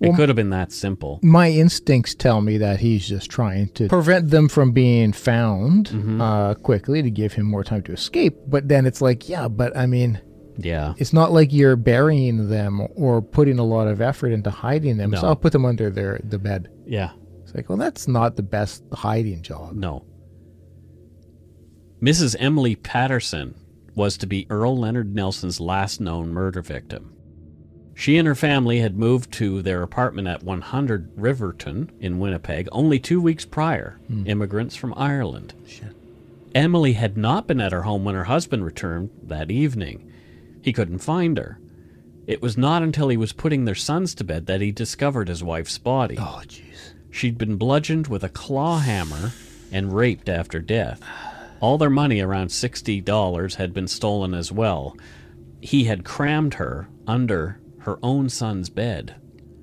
It could have been that simple.
my instincts tell me that he's just trying to prevent them from being found
Mm-hmm.
uh, quickly to give him more time to escape. But then it's like, yeah, but I mean,
Yeah.
it's not like you're burying them or putting a lot of effort into hiding them. So
No.
I'll put them under their the bed.
Yeah.
It's like, well, that's not the best hiding job.
No. Mrs. Emily Patterson was to be Earl Leonard Nelson's last known murder victim. She and her family had moved to their apartment at 100 Riverton in Winnipeg only two weeks prior, immigrants from Ireland. Emily had not been at her home when her husband returned that evening. He couldn't find her. It was not until he was putting their sons to bed that he discovered his wife's body.
Oh, jeez.
She'd been bludgeoned with a claw hammer and raped after death. All their money, around $60, had been stolen as well. He had crammed her under her own son's bed.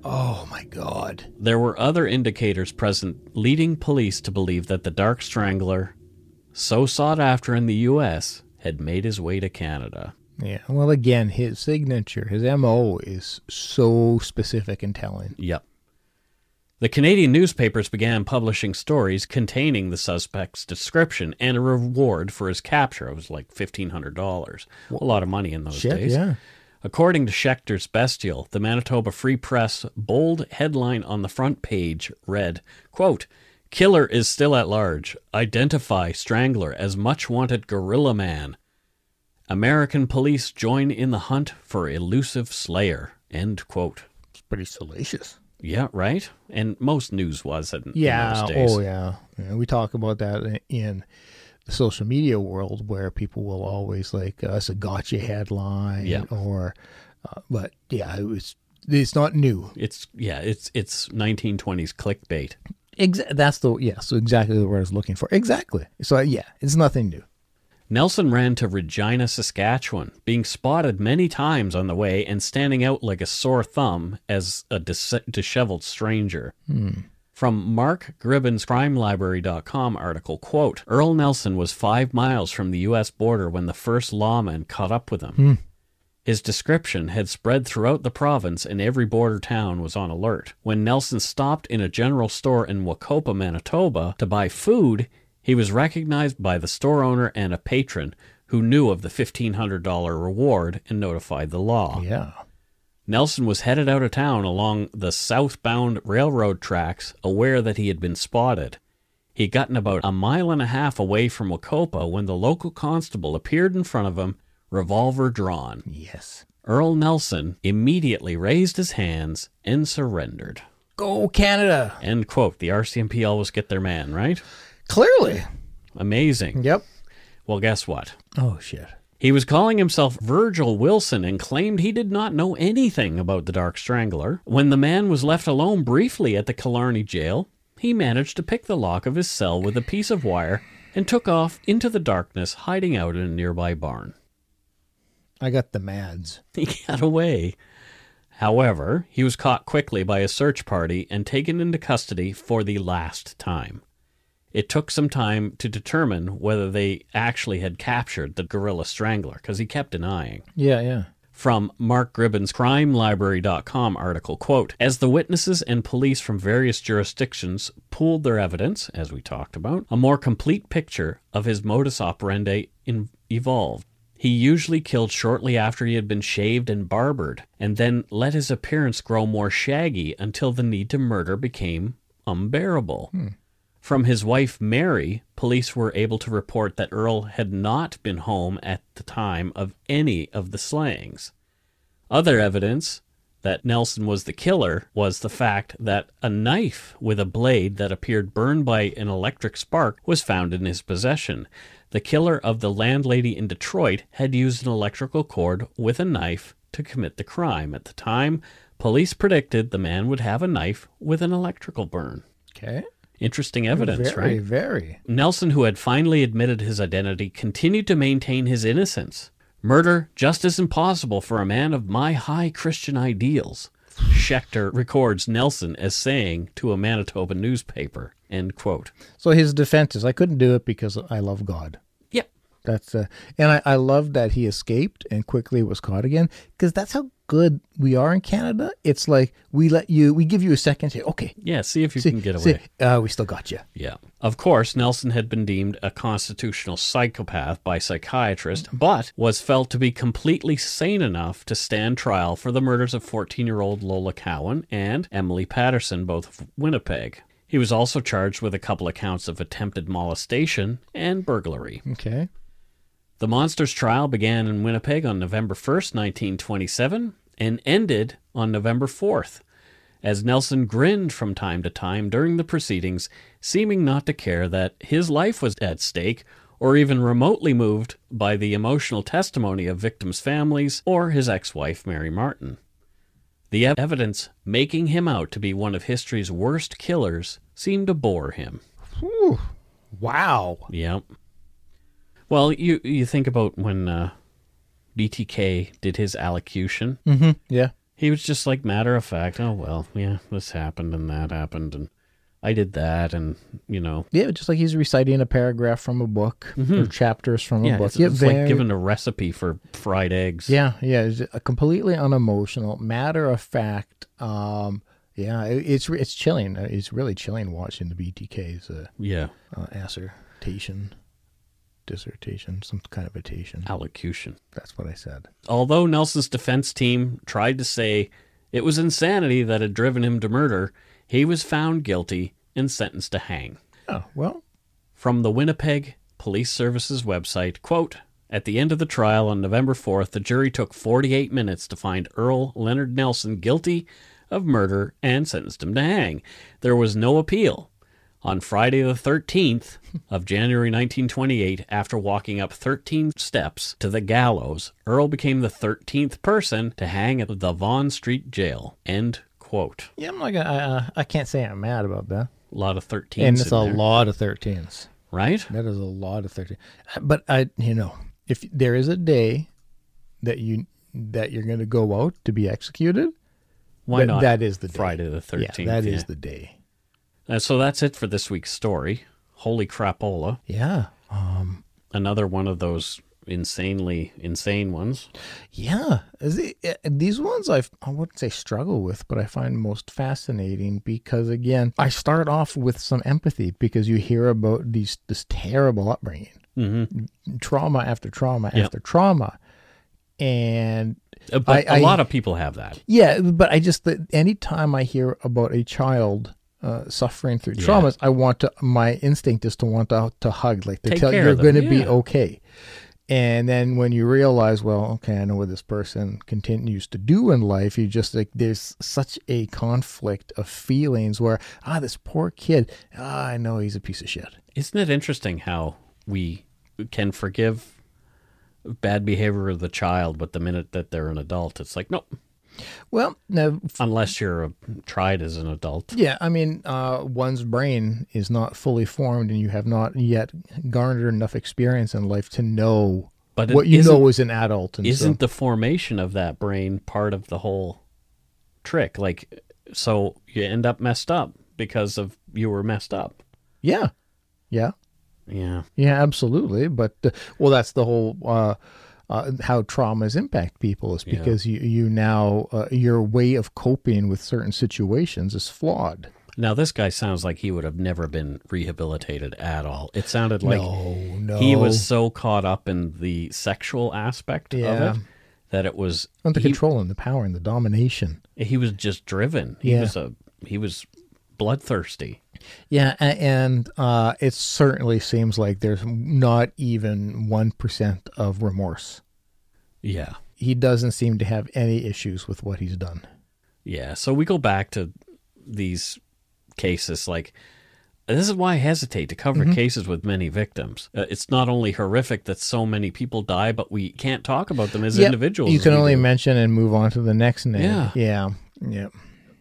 Oh, my God.
There were other indicators present leading police to believe that the Dark Strangler, so sought after in the U.S., had made his way to Canada.
Yeah. Well, again, his signature, his MO is so specific and telling.
Yep. The Canadian newspapers began publishing stories containing the suspect's description and a reward for his capture. It was like $1,500. A lot of money in those
Shit,
days.
yeah.
According to Schechter's Bestial, the Manitoba Free Press bold headline on the front page read, quote, Killer is still at large. Identify strangler as much wanted gorilla man. American police join in the hunt for elusive slayer. End quote.
It's pretty salacious.
Yeah, right. And most news was in, in
Yeah.
those days.
Oh, yeah. yeah. We talk about that in, in the social media world where people will always like, uh, it's a gotcha headline
Yeah.
or, uh, but yeah, it was, it's not new.
It's yeah, it's it's 1920s clickbait.
Exa- that's the, yeah. So exactly what I was looking for. Exactly. So uh, yeah, it's nothing new.
Nelson ran to Regina, Saskatchewan, being spotted many times on the way and standing out like a sore thumb as a dis- disheveled stranger.
Hmm.
From Mark Gribben's CrimeLibrary.com article, quote, Earl Nelson was five miles from the U.S. border when the first lawman caught up with him.
Hmm.
His description had spread throughout the province and every border town was on alert. When Nelson stopped in a general store in Wacopa, Manitoba to buy food, he was recognized by the store owner and a patron who knew of the $1,500 reward and notified the law.
Yeah.
Nelson was headed out of town along the southbound railroad tracks, aware that he had been spotted. He'd gotten about a mile and a half away from Wacopa when the local constable appeared in front of him, revolver drawn.
Yes.
Earl Nelson immediately raised his hands and surrendered.
Go Canada.
End quote. The RCMP always get their man, right?
Clearly.
Amazing.
Yep.
Well, guess what?
Oh shit.
He was calling himself Virgil Wilson and claimed he did not know anything about the Dark Strangler. When the man was left alone briefly at the Killarney jail, he managed to pick the lock of his cell with a piece of wire and took off into the darkness, hiding out in a nearby barn.
I got the mads.
He got away. However, he was caught quickly by a search party and taken into custody for the last time. It took some time to determine whether they actually had captured the gorilla strangler because he kept denying
Yeah, yeah.
from Mark Gribben's CrimeLibrary.com article, quote, As the witnesses and police from various jurisdictions pooled their evidence, as we talked about, a more complete picture of his modus operandi in- evolved. He usually killed shortly after he had been shaved and barbered, and then let his appearance grow more shaggy until the need to murder became unbearable. From his wife Mary, police were able to report that Earl had not been home at the time of any of the slayings. Other evidence that Nelson was the killer was the fact that a knife with a blade that appeared burned by an electric spark was found in his possession. The killer of the landlady in Detroit had used an electrical cord with a knife to commit the crime. At the time, police predicted the man would have a knife with an electrical burn.
Okay.
Interesting evidence,
very,
right?
Very.
Nelson, who had finally admitted his identity, continued to maintain his innocence. Murder just is impossible for a man of my high Christian ideals. Schechter records Nelson as saying to a Manitoba newspaper. End quote.
So his defense is I couldn't do it because I love God.
Yep.
That's uh, and I, I love that he escaped and quickly was caught again because that's how good we are in Canada. It's like we let you, we give you a second, say, okay,
Yeah, see if you
see-
can get away.
see, uh, we still got you.
Yeah. Of course, Nelson had been deemed a constitutional psychopath by psychiatrists, but was felt to be completely sane enough to stand trial for the murders of 14 year old Lola Cowan and Emily Patterson, both of Winnipeg. He was also charged with a couple of counts of attempted molestation and burglary.
Okay.
The monster's trial began in Winnipeg on November 1st, 1927, and ended on November 4th, as Nelson grinned from time to time during the proceedings, seeming not to care that his life was at stake or even remotely moved by the emotional testimony of victims' families or his ex wife, Mary Martin. The ev- evidence making him out to be one of history's worst killers seemed to bore him.
Whew. Wow.
Yep. Well, you you think about when uh, BTK did his allocution.
Mm-hmm. Yeah.
He was just like matter of fact. Oh well, yeah, this happened and that happened and I did that and you know.
Yeah, just like he's reciting a paragraph from a book or chapters from a
Mm-hmm. Yeah,
book.
it's, it's like
very-
given a recipe for fried eggs.
Yeah, yeah, it's a completely unemotional, matter of fact. Um, yeah, it, it's re- it's chilling. Uh, It's really chilling watching the BTK's uh,
Yeah.
uh, assertation, dissertation, some kind of atation.
Allocution.
That's what I said.
Although Nelson's defense team tried to say it was insanity that had driven him to murder, he was found guilty and sentenced to hang.
Oh well,
From the Winnipeg Police Services website, quote, at the end of the trial on November 4th, the jury took 48 minutes to find Earl Leonard Nelson guilty of murder and sentenced him to hang. There was no appeal. On Friday the 13th of January 1928, after walking up 13 steps to the gallows, Earl became the 13th person to hang at the Vaughan Street Jail. End quote.
yeah, I'm like I, uh, I can't say I'm mad about that.
A lot of 13s.
And it's
in
a
there,
lot of thirteens.
Right?
That is a lot of thirteen. But I, you know, if there is a day that you that you're going to go out to be executed,
Why
that-
not?
That is the day.
Friday the 13th.
Yeah, that is
yeah.
the day.
Uh, so that's it for this week's story. Holy crapola.
Yeah. Um,
Another one of those insanely insane ones.
Yeah, Is it- eh, these ones I've, I wouldn't say struggle with, but I find most fascinating because again, I start off with some empathy because you hear about these this terrible upbringing,
Mhm.
trauma after trauma
Yeah.
after trauma, and
Uh, But
I-
a
I-
lot of people have that.
yeah, but I just that anytime I hear about a child. Uh, suffering through
Yeah.
traumas, I want to. My instinct is to want to, to hug, like to
Take
tell
care
you're
of them,
going to be
yeah.
okay. And then when you realize, well, okay, I know what this person continues to do in life, you just like, there's such a conflict of feelings where, ah, this poor kid, ah, I know he's a piece of shit.
Isn't it interesting how we can forgive bad behavior of the child, but the minute that they're an adult, it's like, nope,
Well, no, f-
unless you're a, tried as an adult.
yeah, I mean, uh, one's brain is not fully formed and you have not yet garnered enough experience in life to know
But it
what you
isn't-
know as an adult. And so-
isn't the formation of that brain part of the whole trick? Like, so you end up messed up because of you were messed up.
yeah, yeah.
Yeah.
Yeah, absolutely. But uh, well, that's the whole uh, uh, how traumas impact people is
Yeah.
because you you now uh, your way of coping with certain situations is flawed.
Now this guy sounds like he would have never been rehabilitated at all. It sounded like
no, no.
he was so caught up in the sexual aspect
Yeah.
of it that it was
on the
he,
control and the power and the domination.
he was just driven. He
Yeah.
was a he was bloodthirsty.
Yeah, a- and uh, it certainly seems like there's not even one percent of remorse.
Yeah.
He doesn't seem to have any issues with what he's done.
Yeah. So we go back to these cases like this is why I hesitate to cover
Mm-hmm.
cases with many victims. Uh, it's not only horrific that so many people die, but we can't talk about them as
Yeah,
individuals.
you
as
can
we
only
do.
mention and move on to the next name.
Yeah.
yeah, yeah.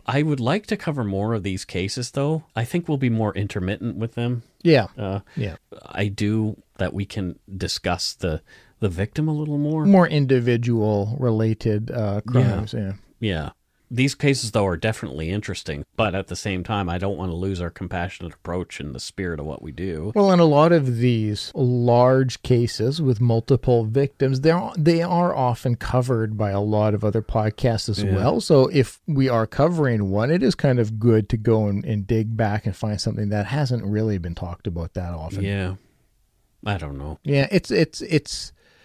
I would like to cover more of these cases, though. I think we'll be more intermittent with them.
yeah.
Uh,
yeah.
I do that we can discuss the the victim a little more.
more individual related uh, crimes. Yeah.
Yeah, these cases though are definitely interesting, but at the same time, I don't want to lose our compassionate approach and the spirit of what we do.
Well, in a lot of these large cases with multiple victims, they are they are often covered by a lot of other podcasts as well. So if we are covering one, it is kind of good to go and, and dig back and find something that hasn't really been talked about that often.
Yeah, I don't know.
Yeah, it's it's it's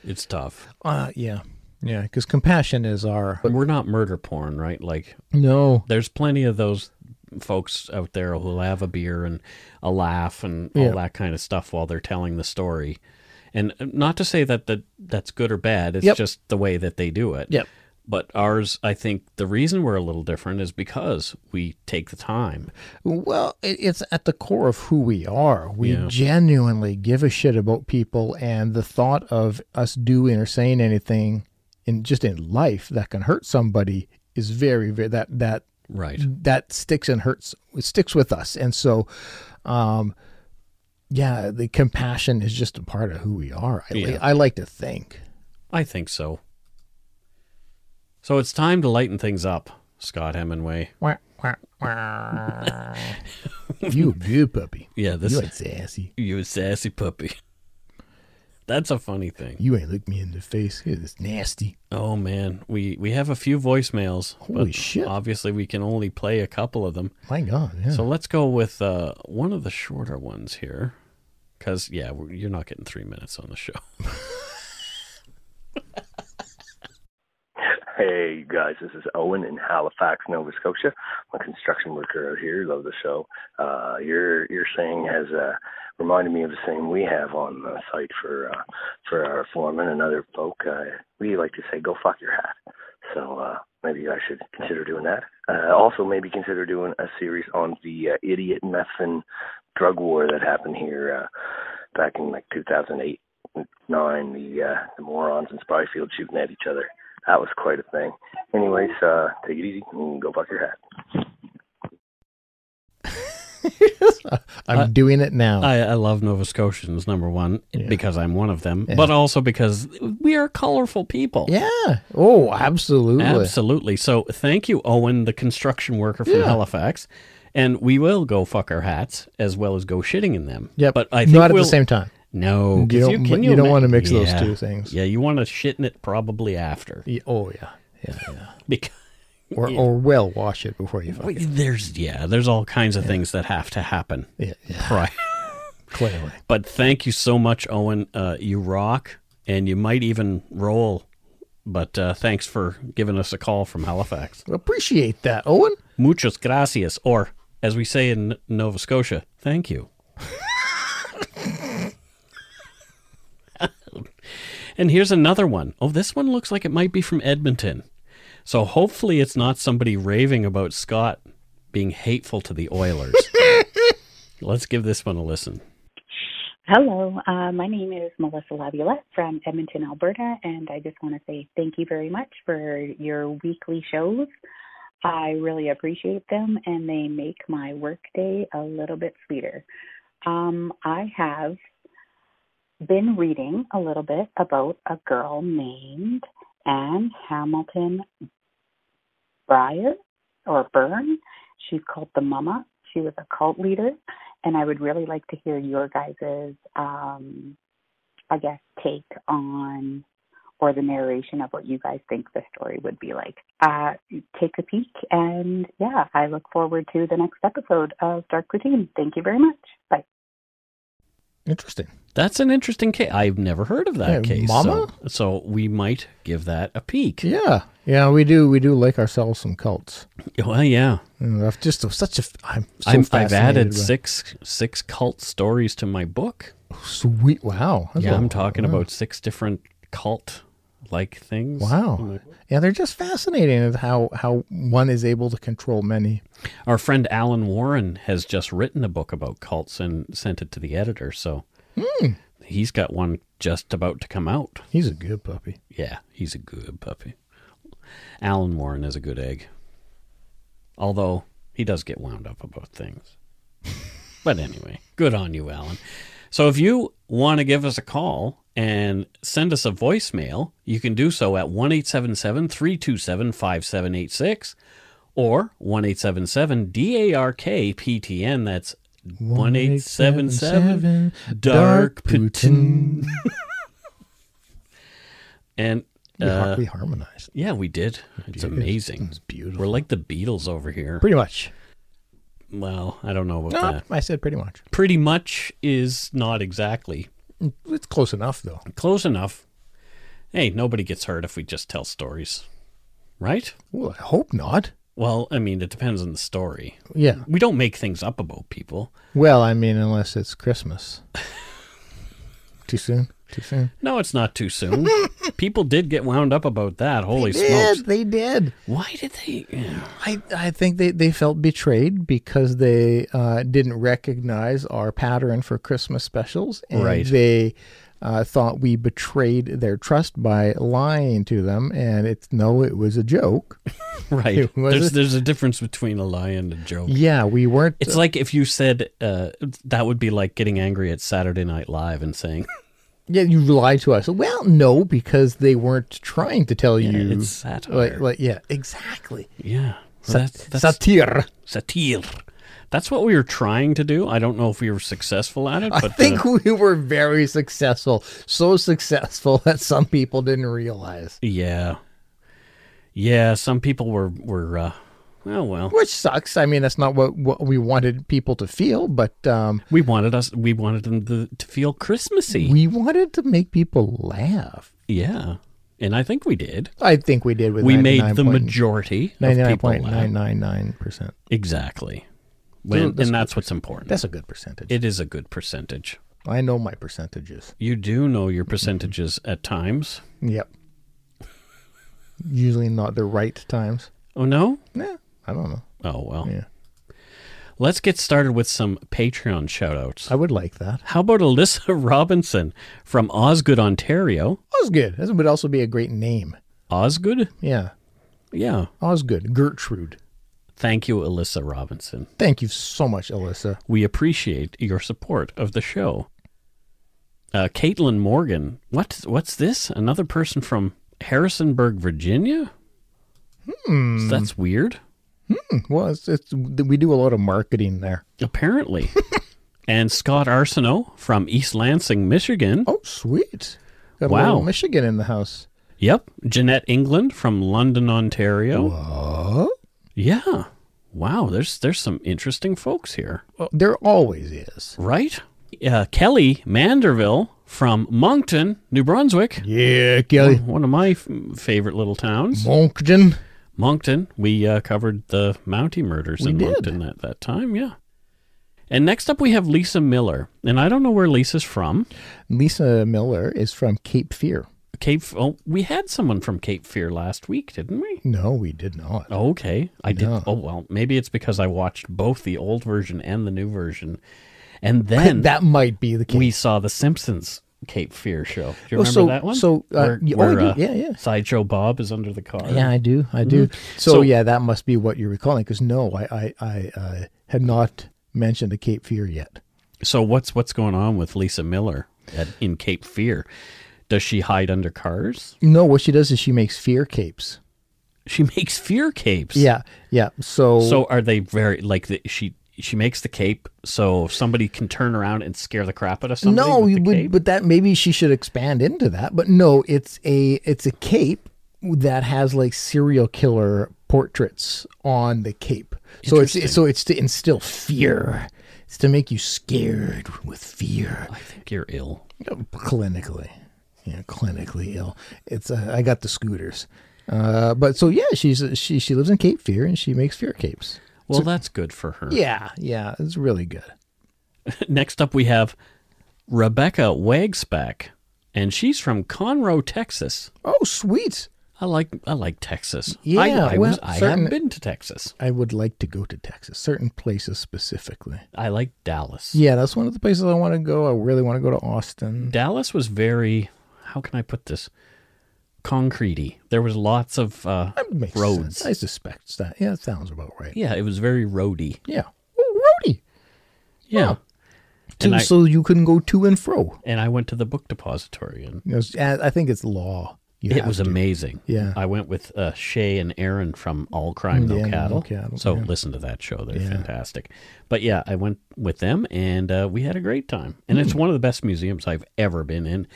It's tough.
uh yeah. Yeah, because compassion is our
We're not murder porn, right? Like,
no.
there's plenty of those folks out there who'll have a beer and a laugh and all
Yeah.
that kind of stuff while they're telling the story. And not to say that the, that's good or bad, it's
Yep.
just the way that they do it.
Yep.
But ours, I think the reason we're a little different is because we take the time.
Well, it, it's at the core of who we are. We
Yeah.
genuinely give a shit about people, and the thought of us doing or saying anything in just in life that can hurt somebody is very, very that that
Right.
that sticks and hurts. It sticks with us, and so, um, yeah, the compassion is just a part of who we are. I,
Yeah.
I like to think.
I think so. So it's time to lighten things up, Scott Hemingway.
Wah, wah, wah. you a good puppy.
Yeah, this
You ain't sassy.
you a sassy puppy. That's a funny thing.
You ain't look me in the face. You're this nasty.
Oh man, we we have a few voicemails.
Holy shit.
Obviously, we can only play a couple of them.
My God. Yeah.
uh, So let's go with uh, one of the shorter ones here, because yeah, we're, you're not getting three minutes on the show.
Hey you guys, this is Owen in Halifax, Nova Scotia. I'm a construction worker out here. Love the show. Uh, your your saying has uh, reminded me of the saying we have on the site for uh, for our foreman and other folk. Uh, we like to say, "Go fuck your hat." So uh, maybe you guys should consider doing that. Uh, also, maybe consider doing a series on the uh, idiot meth and drug war that happened here uh, back in like 2008 nine. The uh, the morons in Spyfield shooting at each other. That was quite a thing. Anyways, uh, take it easy and go fuck your hat.
I'm doing it now.
I, I love Nova Scotians, number one, because I'm one of them,
Yeah.
but also because we are colorful people.
yeah. Oh, absolutely.
Absolutely. So thank you, Owen, the construction worker from
Yeah.
Halifax. And we will go fuck our hats as well as go shitting in them.
Yep.
But I think
not at
we'll-
the same time.
No, 'cause
You don't-
can
you don't
ima-
wanna mix those two things.
Yeah, you want to shit in it probably after
Yeah, oh yeah. Yeah. yeah.
because
Or or well wash it before you fuck.
wait, there's yeah, there's all kinds of things that have to happen.
Yeah. yeah.
Right.
Clearly.
But thank you so much, Owen. Uh, you rock, and you might even roll. But uh, thanks for giving us a call from Halifax.
Appreciate that, Owen.
Muchas gracias, or as we say in Nova Scotia, thank you. and here's another one. Oh, this one looks like it might be from Edmonton. So hopefully it's not somebody raving about Scott being hateful to the Oilers. Let's give this one a listen.
Hello, uh, my name is Melissa Laviolette from Edmonton, Alberta, and I just want to say thank you very much for your weekly shows. I really appreciate them, and they make my workday a little bit sweeter. Um, I have been reading a little bit about a girl named Anne Hamilton Breyer or Byrne. She's called the Mama. She was a cult leader and I would really like to hear your guys's, um, I guess, take on or the narration of what you guys think the story would be like. Uh, take a peek, and yeah, I look forward to the next episode of Dark Routine. Thank you very much. Bye.
Interesting.
That's an interesting case. I've never heard of that
Yeah,
case.
Mama?
So, so we might give that a peek.
Yeah. Yeah, we do. We do like ourselves some cults.
Well, Oh, yeah.
Mm, I've just such a. f- I'm. So
I'm, I've
fascinated
added
by-
six six cult stories to my book.
Sweet. Wow. That's
yeah,
a-
I'm talking about six different cult like things.
Wow. Yeah, they're just fascinating of how how one is able to control many.
Our friend Alan Warren has just written a book about cults and sent it to the editor. So Hmm. he's got one just about to come out.
He's a good puppy.
Yeah, he's a good puppy. Alan Warren is a good egg. Although he does get wound up about things. but anyway, good on you, Alan. So if you want to give us a call and send us a voicemail, you can do so at 1 877 327 5786 or 1 877 DARKPTN. That's 1 877 Dark Putin. And
We, har-
uh,
we harmonized.
yeah, we did. It's amazing.
It's beautiful.
We're like the Beatles over here.
Pretty much.
Well, I don't know about
No,
that.
I said pretty much.
Pretty much is not exactly
It's close enough though.
close enough. Hey, nobody gets hurt if we just tell stories, right?
Well, I hope not.
Well, I mean, it depends on the story.
Yeah.
We don't make things up about people.
Well, I mean, unless it's Christmas. Too soon. Too soon.
No, it's not too soon. People did get wound up about that. Holy
They did.
smokes.
They did.
Why did they? yeah.
I, I think they, they felt betrayed because they uh, didn't recognize our pattern for Christmas specials. And
Right.
they uh, thought we betrayed their trust by lying to them. And it's no, it was a joke.
Right.
It was
There's,
a-
there's a difference between a lie and a joke.
yeah, we weren't.
It's like if you said uh, that would be like getting angry at Saturday Night Live and saying
yeah, you lied to us. Well, no, because they weren't trying to tell you.
it's satire.
Like, like, yeah, exactly.
Yeah.
Sat-
Well, that's, that's
satire.
satire. That's what we were trying to do. I don't know if we were successful at it, but
I think
uh,
we were very successful. So successful that some people didn't realize.
yeah, yeah. Some people were were uh, well, well.
which sucks. I mean, that's not what, what we wanted people to feel, but um,
We wanted us. We wanted them to, to feel Christmassy.
we wanted to make people laugh.
yeah, and I think we did.
I think we did with
We made the
99
majority of people laugh.
99.999%.
Exactly. When,
that's
and that's what's important.
That's a good percentage.
it is a good percentage.
I know my percentages.
You do know
Mm-hmm.
your percentages at times.
Yep. Usually not the right times.
Oh no?
Nah, I don't know.
Oh well.
Yeah.
Let's get started with some Patreon shoutouts.
I would like that.
How about Alyssa Robinson from Osgood, Ontario?
Osgood. That would also be a great name.
Osgood?
Yeah.
Yeah.
Osgood. Gertrude.
Thank you, Alyssa Robinson.
Thank you so much, Alyssa.
We appreciate your support of the show. Uh, Caitlin Morgan. What? What's this? Another person from Harrisonburg, Virginia? Hmm.
Mm.
that's weird.
Well, it's, it's, we do a lot of marketing there.
Apparently. and Scott Arsenault from East Lansing, Michigan.
Oh, sweet. Got a
Wow.
little Michigan in the house.
Yep. Jeanette England from London, Ontario. Yeah. Wow, there's there's some interesting folks here,
Well, there always is.
right? Uh, Kelly Manderville from Moncton, New Brunswick.
Yeah, Kelly.
One of my f- favorite little towns,
Moncton.
Moncton. We uh, covered the Mountie murders
We
in
did.
Moncton at that time, yeah. And next up, we have Lisa Miller, and I don't know where Lisa's from.
Lisa Miller is from Cape Fear.
Cape. Oh, we had someone from Cape Fear last week, didn't we?
No, we did not.
Okay. I
No.
did. Oh, well, maybe it's because I watched both the old version and the new version. And then
that might be the case.
we saw the Simpsons Cape Fear show. Do you
Oh,
remember
so-
that one?
so, uh,
where,
y- oh, I
where,
do.
uh,
Yeah, yeah.
Sideshow Bob is under the car.
yeah, I do. I do. Mm-hmm. So,
So-
yeah, that must be what you're recalling because no, I, I, I uh, had not mentioned a Cape Fear yet.
So what's what's going on with Lisa Miller at, in Cape Fear? Does she hide under cars?
No, what she does is she makes fear capes.
She makes fear capes.
Yeah, yeah. So,
So are they very like the, she? She makes the cape so somebody can turn around and scare the crap out of somebody.
no,
with
you
the
would,
cape?
but that maybe she should expand into that. But no, it's a it's a cape that has like serial killer portraits on the cape. So it's so it's to instill fear. It's to make you scared with fear.
I think you're ill.
Clinically, yeah, clinically ill. It's uh, I got the scooters. Uh, but so yeah, she's she she lives in Cape Fear and she makes fear capes.
Well, that's good for her.
Yeah, yeah, it's really good.
Next up, we have Rebecca Wagsback, and she's from Conroe, Texas.
Oh, sweet!
I like I like Texas.
Yeah,
I, I,
well,
was, I
certain-
haven't been to Texas.
I would like to go to Texas, certain places specifically.
I like Dallas.
Yeah, that's one of the places I want to go. I really want to go to Austin.
Dallas was very how can I put this concretey. There was lots of uh,
That makes
roads.
sense. I suspect that. Yeah, that sounds about right.
Yeah, it was very roady.
Yeah. Oh, roadie.
Yeah,
To,
I-
so you can go to and fro.
and I went to the book depository and.
You know, it's- I I think it's law. You
It
have
was
to.
amazing.
Yeah.
I went with uh, Shay and Aaron from All Crime No
Yeah, No
Cattle.
Cattle,
So
yeah.
listen to that show; they're
Yeah.
fantastic. But yeah, I went with them, and uh, we had a great time. And
Hmm.
it's one of the best museums I've ever been in.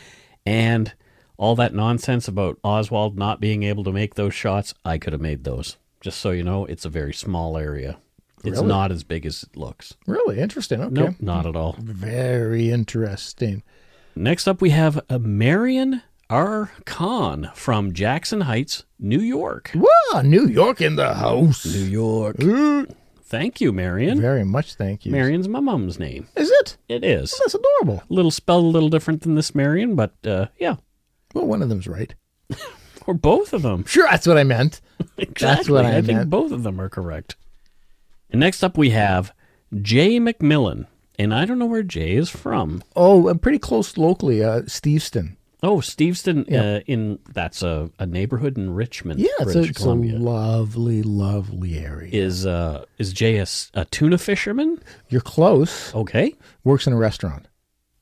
And all that nonsense about Oswald not being able to make those shots, I could have made those. Just so you know, it's a very small area. It's
Really?
not as big as it looks.
Really interesting. Okay.
Nope, not at all.
Very interesting.
Next up, we have uh, Marion R. Khan from Jackson Heights, New York.
Wow, New York in the house.
New York. Thank you, Marion.
Very much thank you.
Marion's my mom's name.
Is it?
It is.
Oh, that's adorable.
A little spelled a little different than this Marion, but uh, yeah.
Well, one of them's right.
Or both of them.
Sure, that's what I meant.
Exactly.
what I
I think
meant.
both of them are correct. And next up we have Jay McMillan. And I don't know where Jay is from.
Oh, I'm pretty close locally, uh, Steveston.
Oh, Steveston uh,
Yeah.
in that's a, a neighborhood in Richmond,
Yeah, it's, a,
British
it's a
Columbia.
lovely, lovely area.
is uh is Jay a, s- a tuna fisherman?
You're close.
Okay.
Works in a restaurant.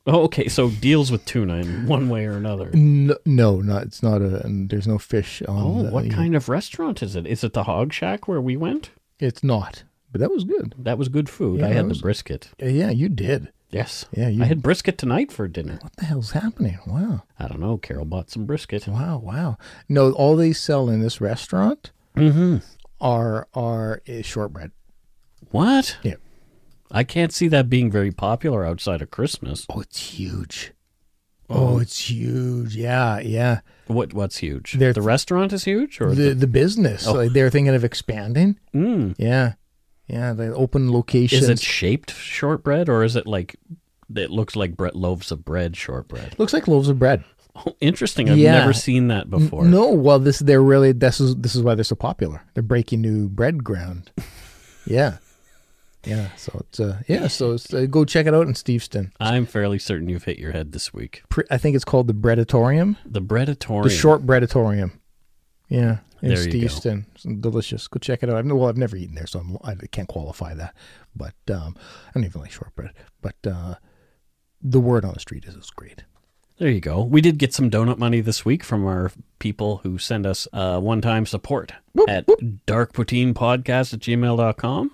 Oh, okay. So deals with tuna in one way or another.
No, no not, it's not a. and There's no fish on.
Oh,
the- e-,
what kind of restaurant is it? Is it the Hog Shack where we went?
It's not. But that was good.
That was good food.
Yeah,
I
that
had the
was-
brisket.
Uh, Yeah, you did.
Yes.
Yeah, you-
I had brisket tonight for dinner.
What the hell's happening? Wow,
I don't know. Carol bought some brisket.
wow, wow. No, all they sell in this restaurant
Mm-hmm.
are are is shortbread.
What?
Yeah.
I can't see that being very popular outside of Christmas.
Oh, it's huge. Oh, it's huge. Yeah, yeah.
What? What's huge?
They're-
the restaurant is huge, or
The
the,
the business.
Oh.
Like they're thinking of expanding.
Mm.
Yeah. Yeah, the open locations.
is it shaped shortbread, or is it like it looks like bre- loaves of bread shortbread?
Looks like loaves of bread.
Oh, interesting. I've
Yeah.
never seen that
N-
before.
No, well, this they're really this is this is why they're so popular. They're breaking new bread ground. yeah, yeah. So it's uh, yeah. So it's, uh, go check it out in Steveston.
I'm fairly certain you've hit your head this week.
Pre- I think it's called the Breadatorium,
The breadatorium.
the short Breadatorium. Yeah, in
There you go.
Steveston, It's delicious. Go check it out. I've, well, I've never eaten there, so I'm, I can't qualify that. But um, I don't even like shortbread. But uh, the word on the street is it's great.
There you go. We did get some donut money this week from our people who send us uh, one time support at darkpoutinepodcast at gmail.com.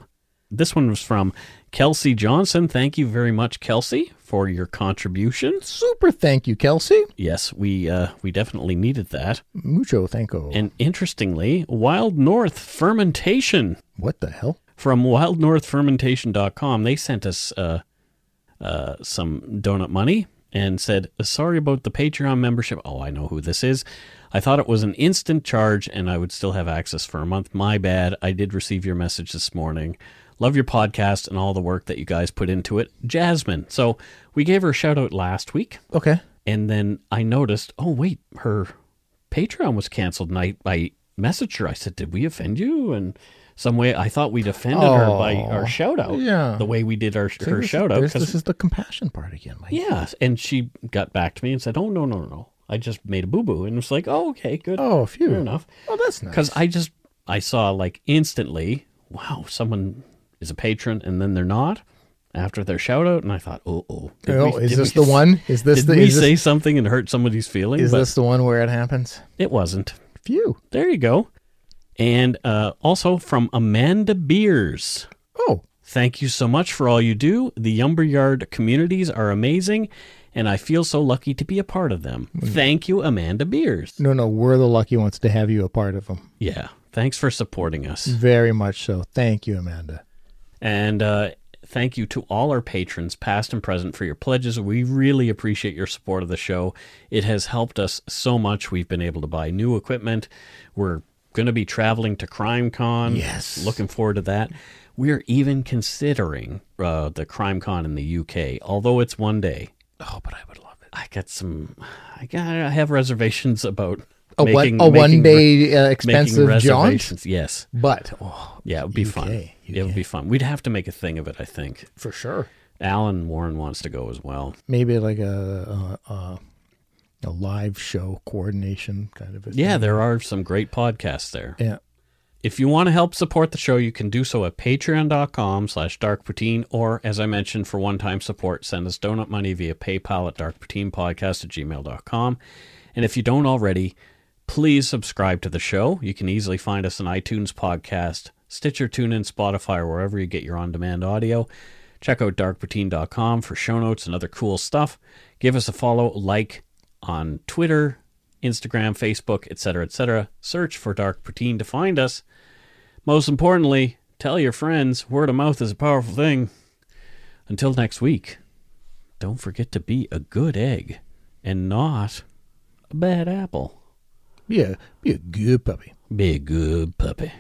This one was from Kelsey Johnson. Thank you very much, Kelsey, for your contributions.
Super thank you, Kelsey.
Yes, we uh, we definitely needed that.
Mucho thanko.
And interestingly, Wild North Fermentation
what the hell?
from wildnorthfermentation.com, they sent us uh, uh, some donut money and said, Sorry about the Patreon membership. Oh, I know who this is. I thought it was an instant charge and I would still have access for a month. My bad. I did receive your message this morning. Love your podcast and all the work that you guys put into it. Jasmine. So we gave her a shout out last week
Okay.
and then I noticed, oh wait, her Patreon was canceled, and I, I messaged her. I said, "Did we offend you?" And some way I thought we'd offended her by our
Oh,
shout out,
yeah.
the way we did our
See,
her
this is-
shout out.
there's-
'cause-
This is the compassion part again, Mike.
yeah, and she got back to me and said, "Oh no, no, no, no, I just made a boo boo," and it was like, "Oh okay, good,
Oh, phew.
fair enough."
Oh, that's nice.
Because I just I saw like instantly, wow, someone is a patron, and then they're not after their shout out, and I thought, oh, oh, did
Oh,
we-
is
did
this
we-
the one? Is this
Did
the
we
is,
say
this,
something and hurt somebody's feelings?
is
But-
this the one where it happens?
It wasn't.
Phew.
There you go. And uh, also from Amanda Beers.
Oh,
Thank you so much for all you do. The Yumberyard communities are amazing, and I feel so lucky to be a part of them. Thank you, Amanda Beers.
no, no. We're the lucky ones to have you a part of them.
Yeah, thanks for supporting us.
Very much so. Thank you, Amanda.
And uh, thank you to all our patrons, past and present, for your pledges. We really appreciate your support of the show. It has helped us so much. We've been able to buy new equipment. We're going to be traveling to CrimeCon.
Yes.
Looking forward to that. We're even considering uh, the CrimeCon in the UK, although it's one day.
Oh, but I would love it.
I got some, I, got, I have reservations about
A
making,
one, a
making
Oh, one
re-
day uh,
making
expensive jaunt,
reservations. Yes.
but oh,
Yeah, it would be
UK,
fun. It would
UK.
be fun. We'd have to make a thing of it, I think.
for sure.
Alan Warren wants to go as well.
Maybe like a a, a, a live show coordination kind of a
Yeah,
thing.
there are some great podcasts there.
Yeah.
If you want to help support the show, you can do so at patreon.com slash darkpoutine, or as I mentioned, for one-time support, send us donut money via PayPal at darkpoutinepodcast at gmail.com. And if you don't already, please subscribe to the show. You can easily find us on iTunes Podcast, Stitcher, TuneIn, Spotify, or wherever you get your on-demand audio. Check out darkpoutine.com for show notes and other cool stuff. Give us a follow, like on Twitter, Instagram, Facebook, etc., etc. Search for Dark Poutine to find us. Most importantly, tell your friends. Word of mouth is a powerful thing. Until next week, don't forget to be a good egg and not a bad apple.
Yeah, be a good puppy.
Be a good puppy.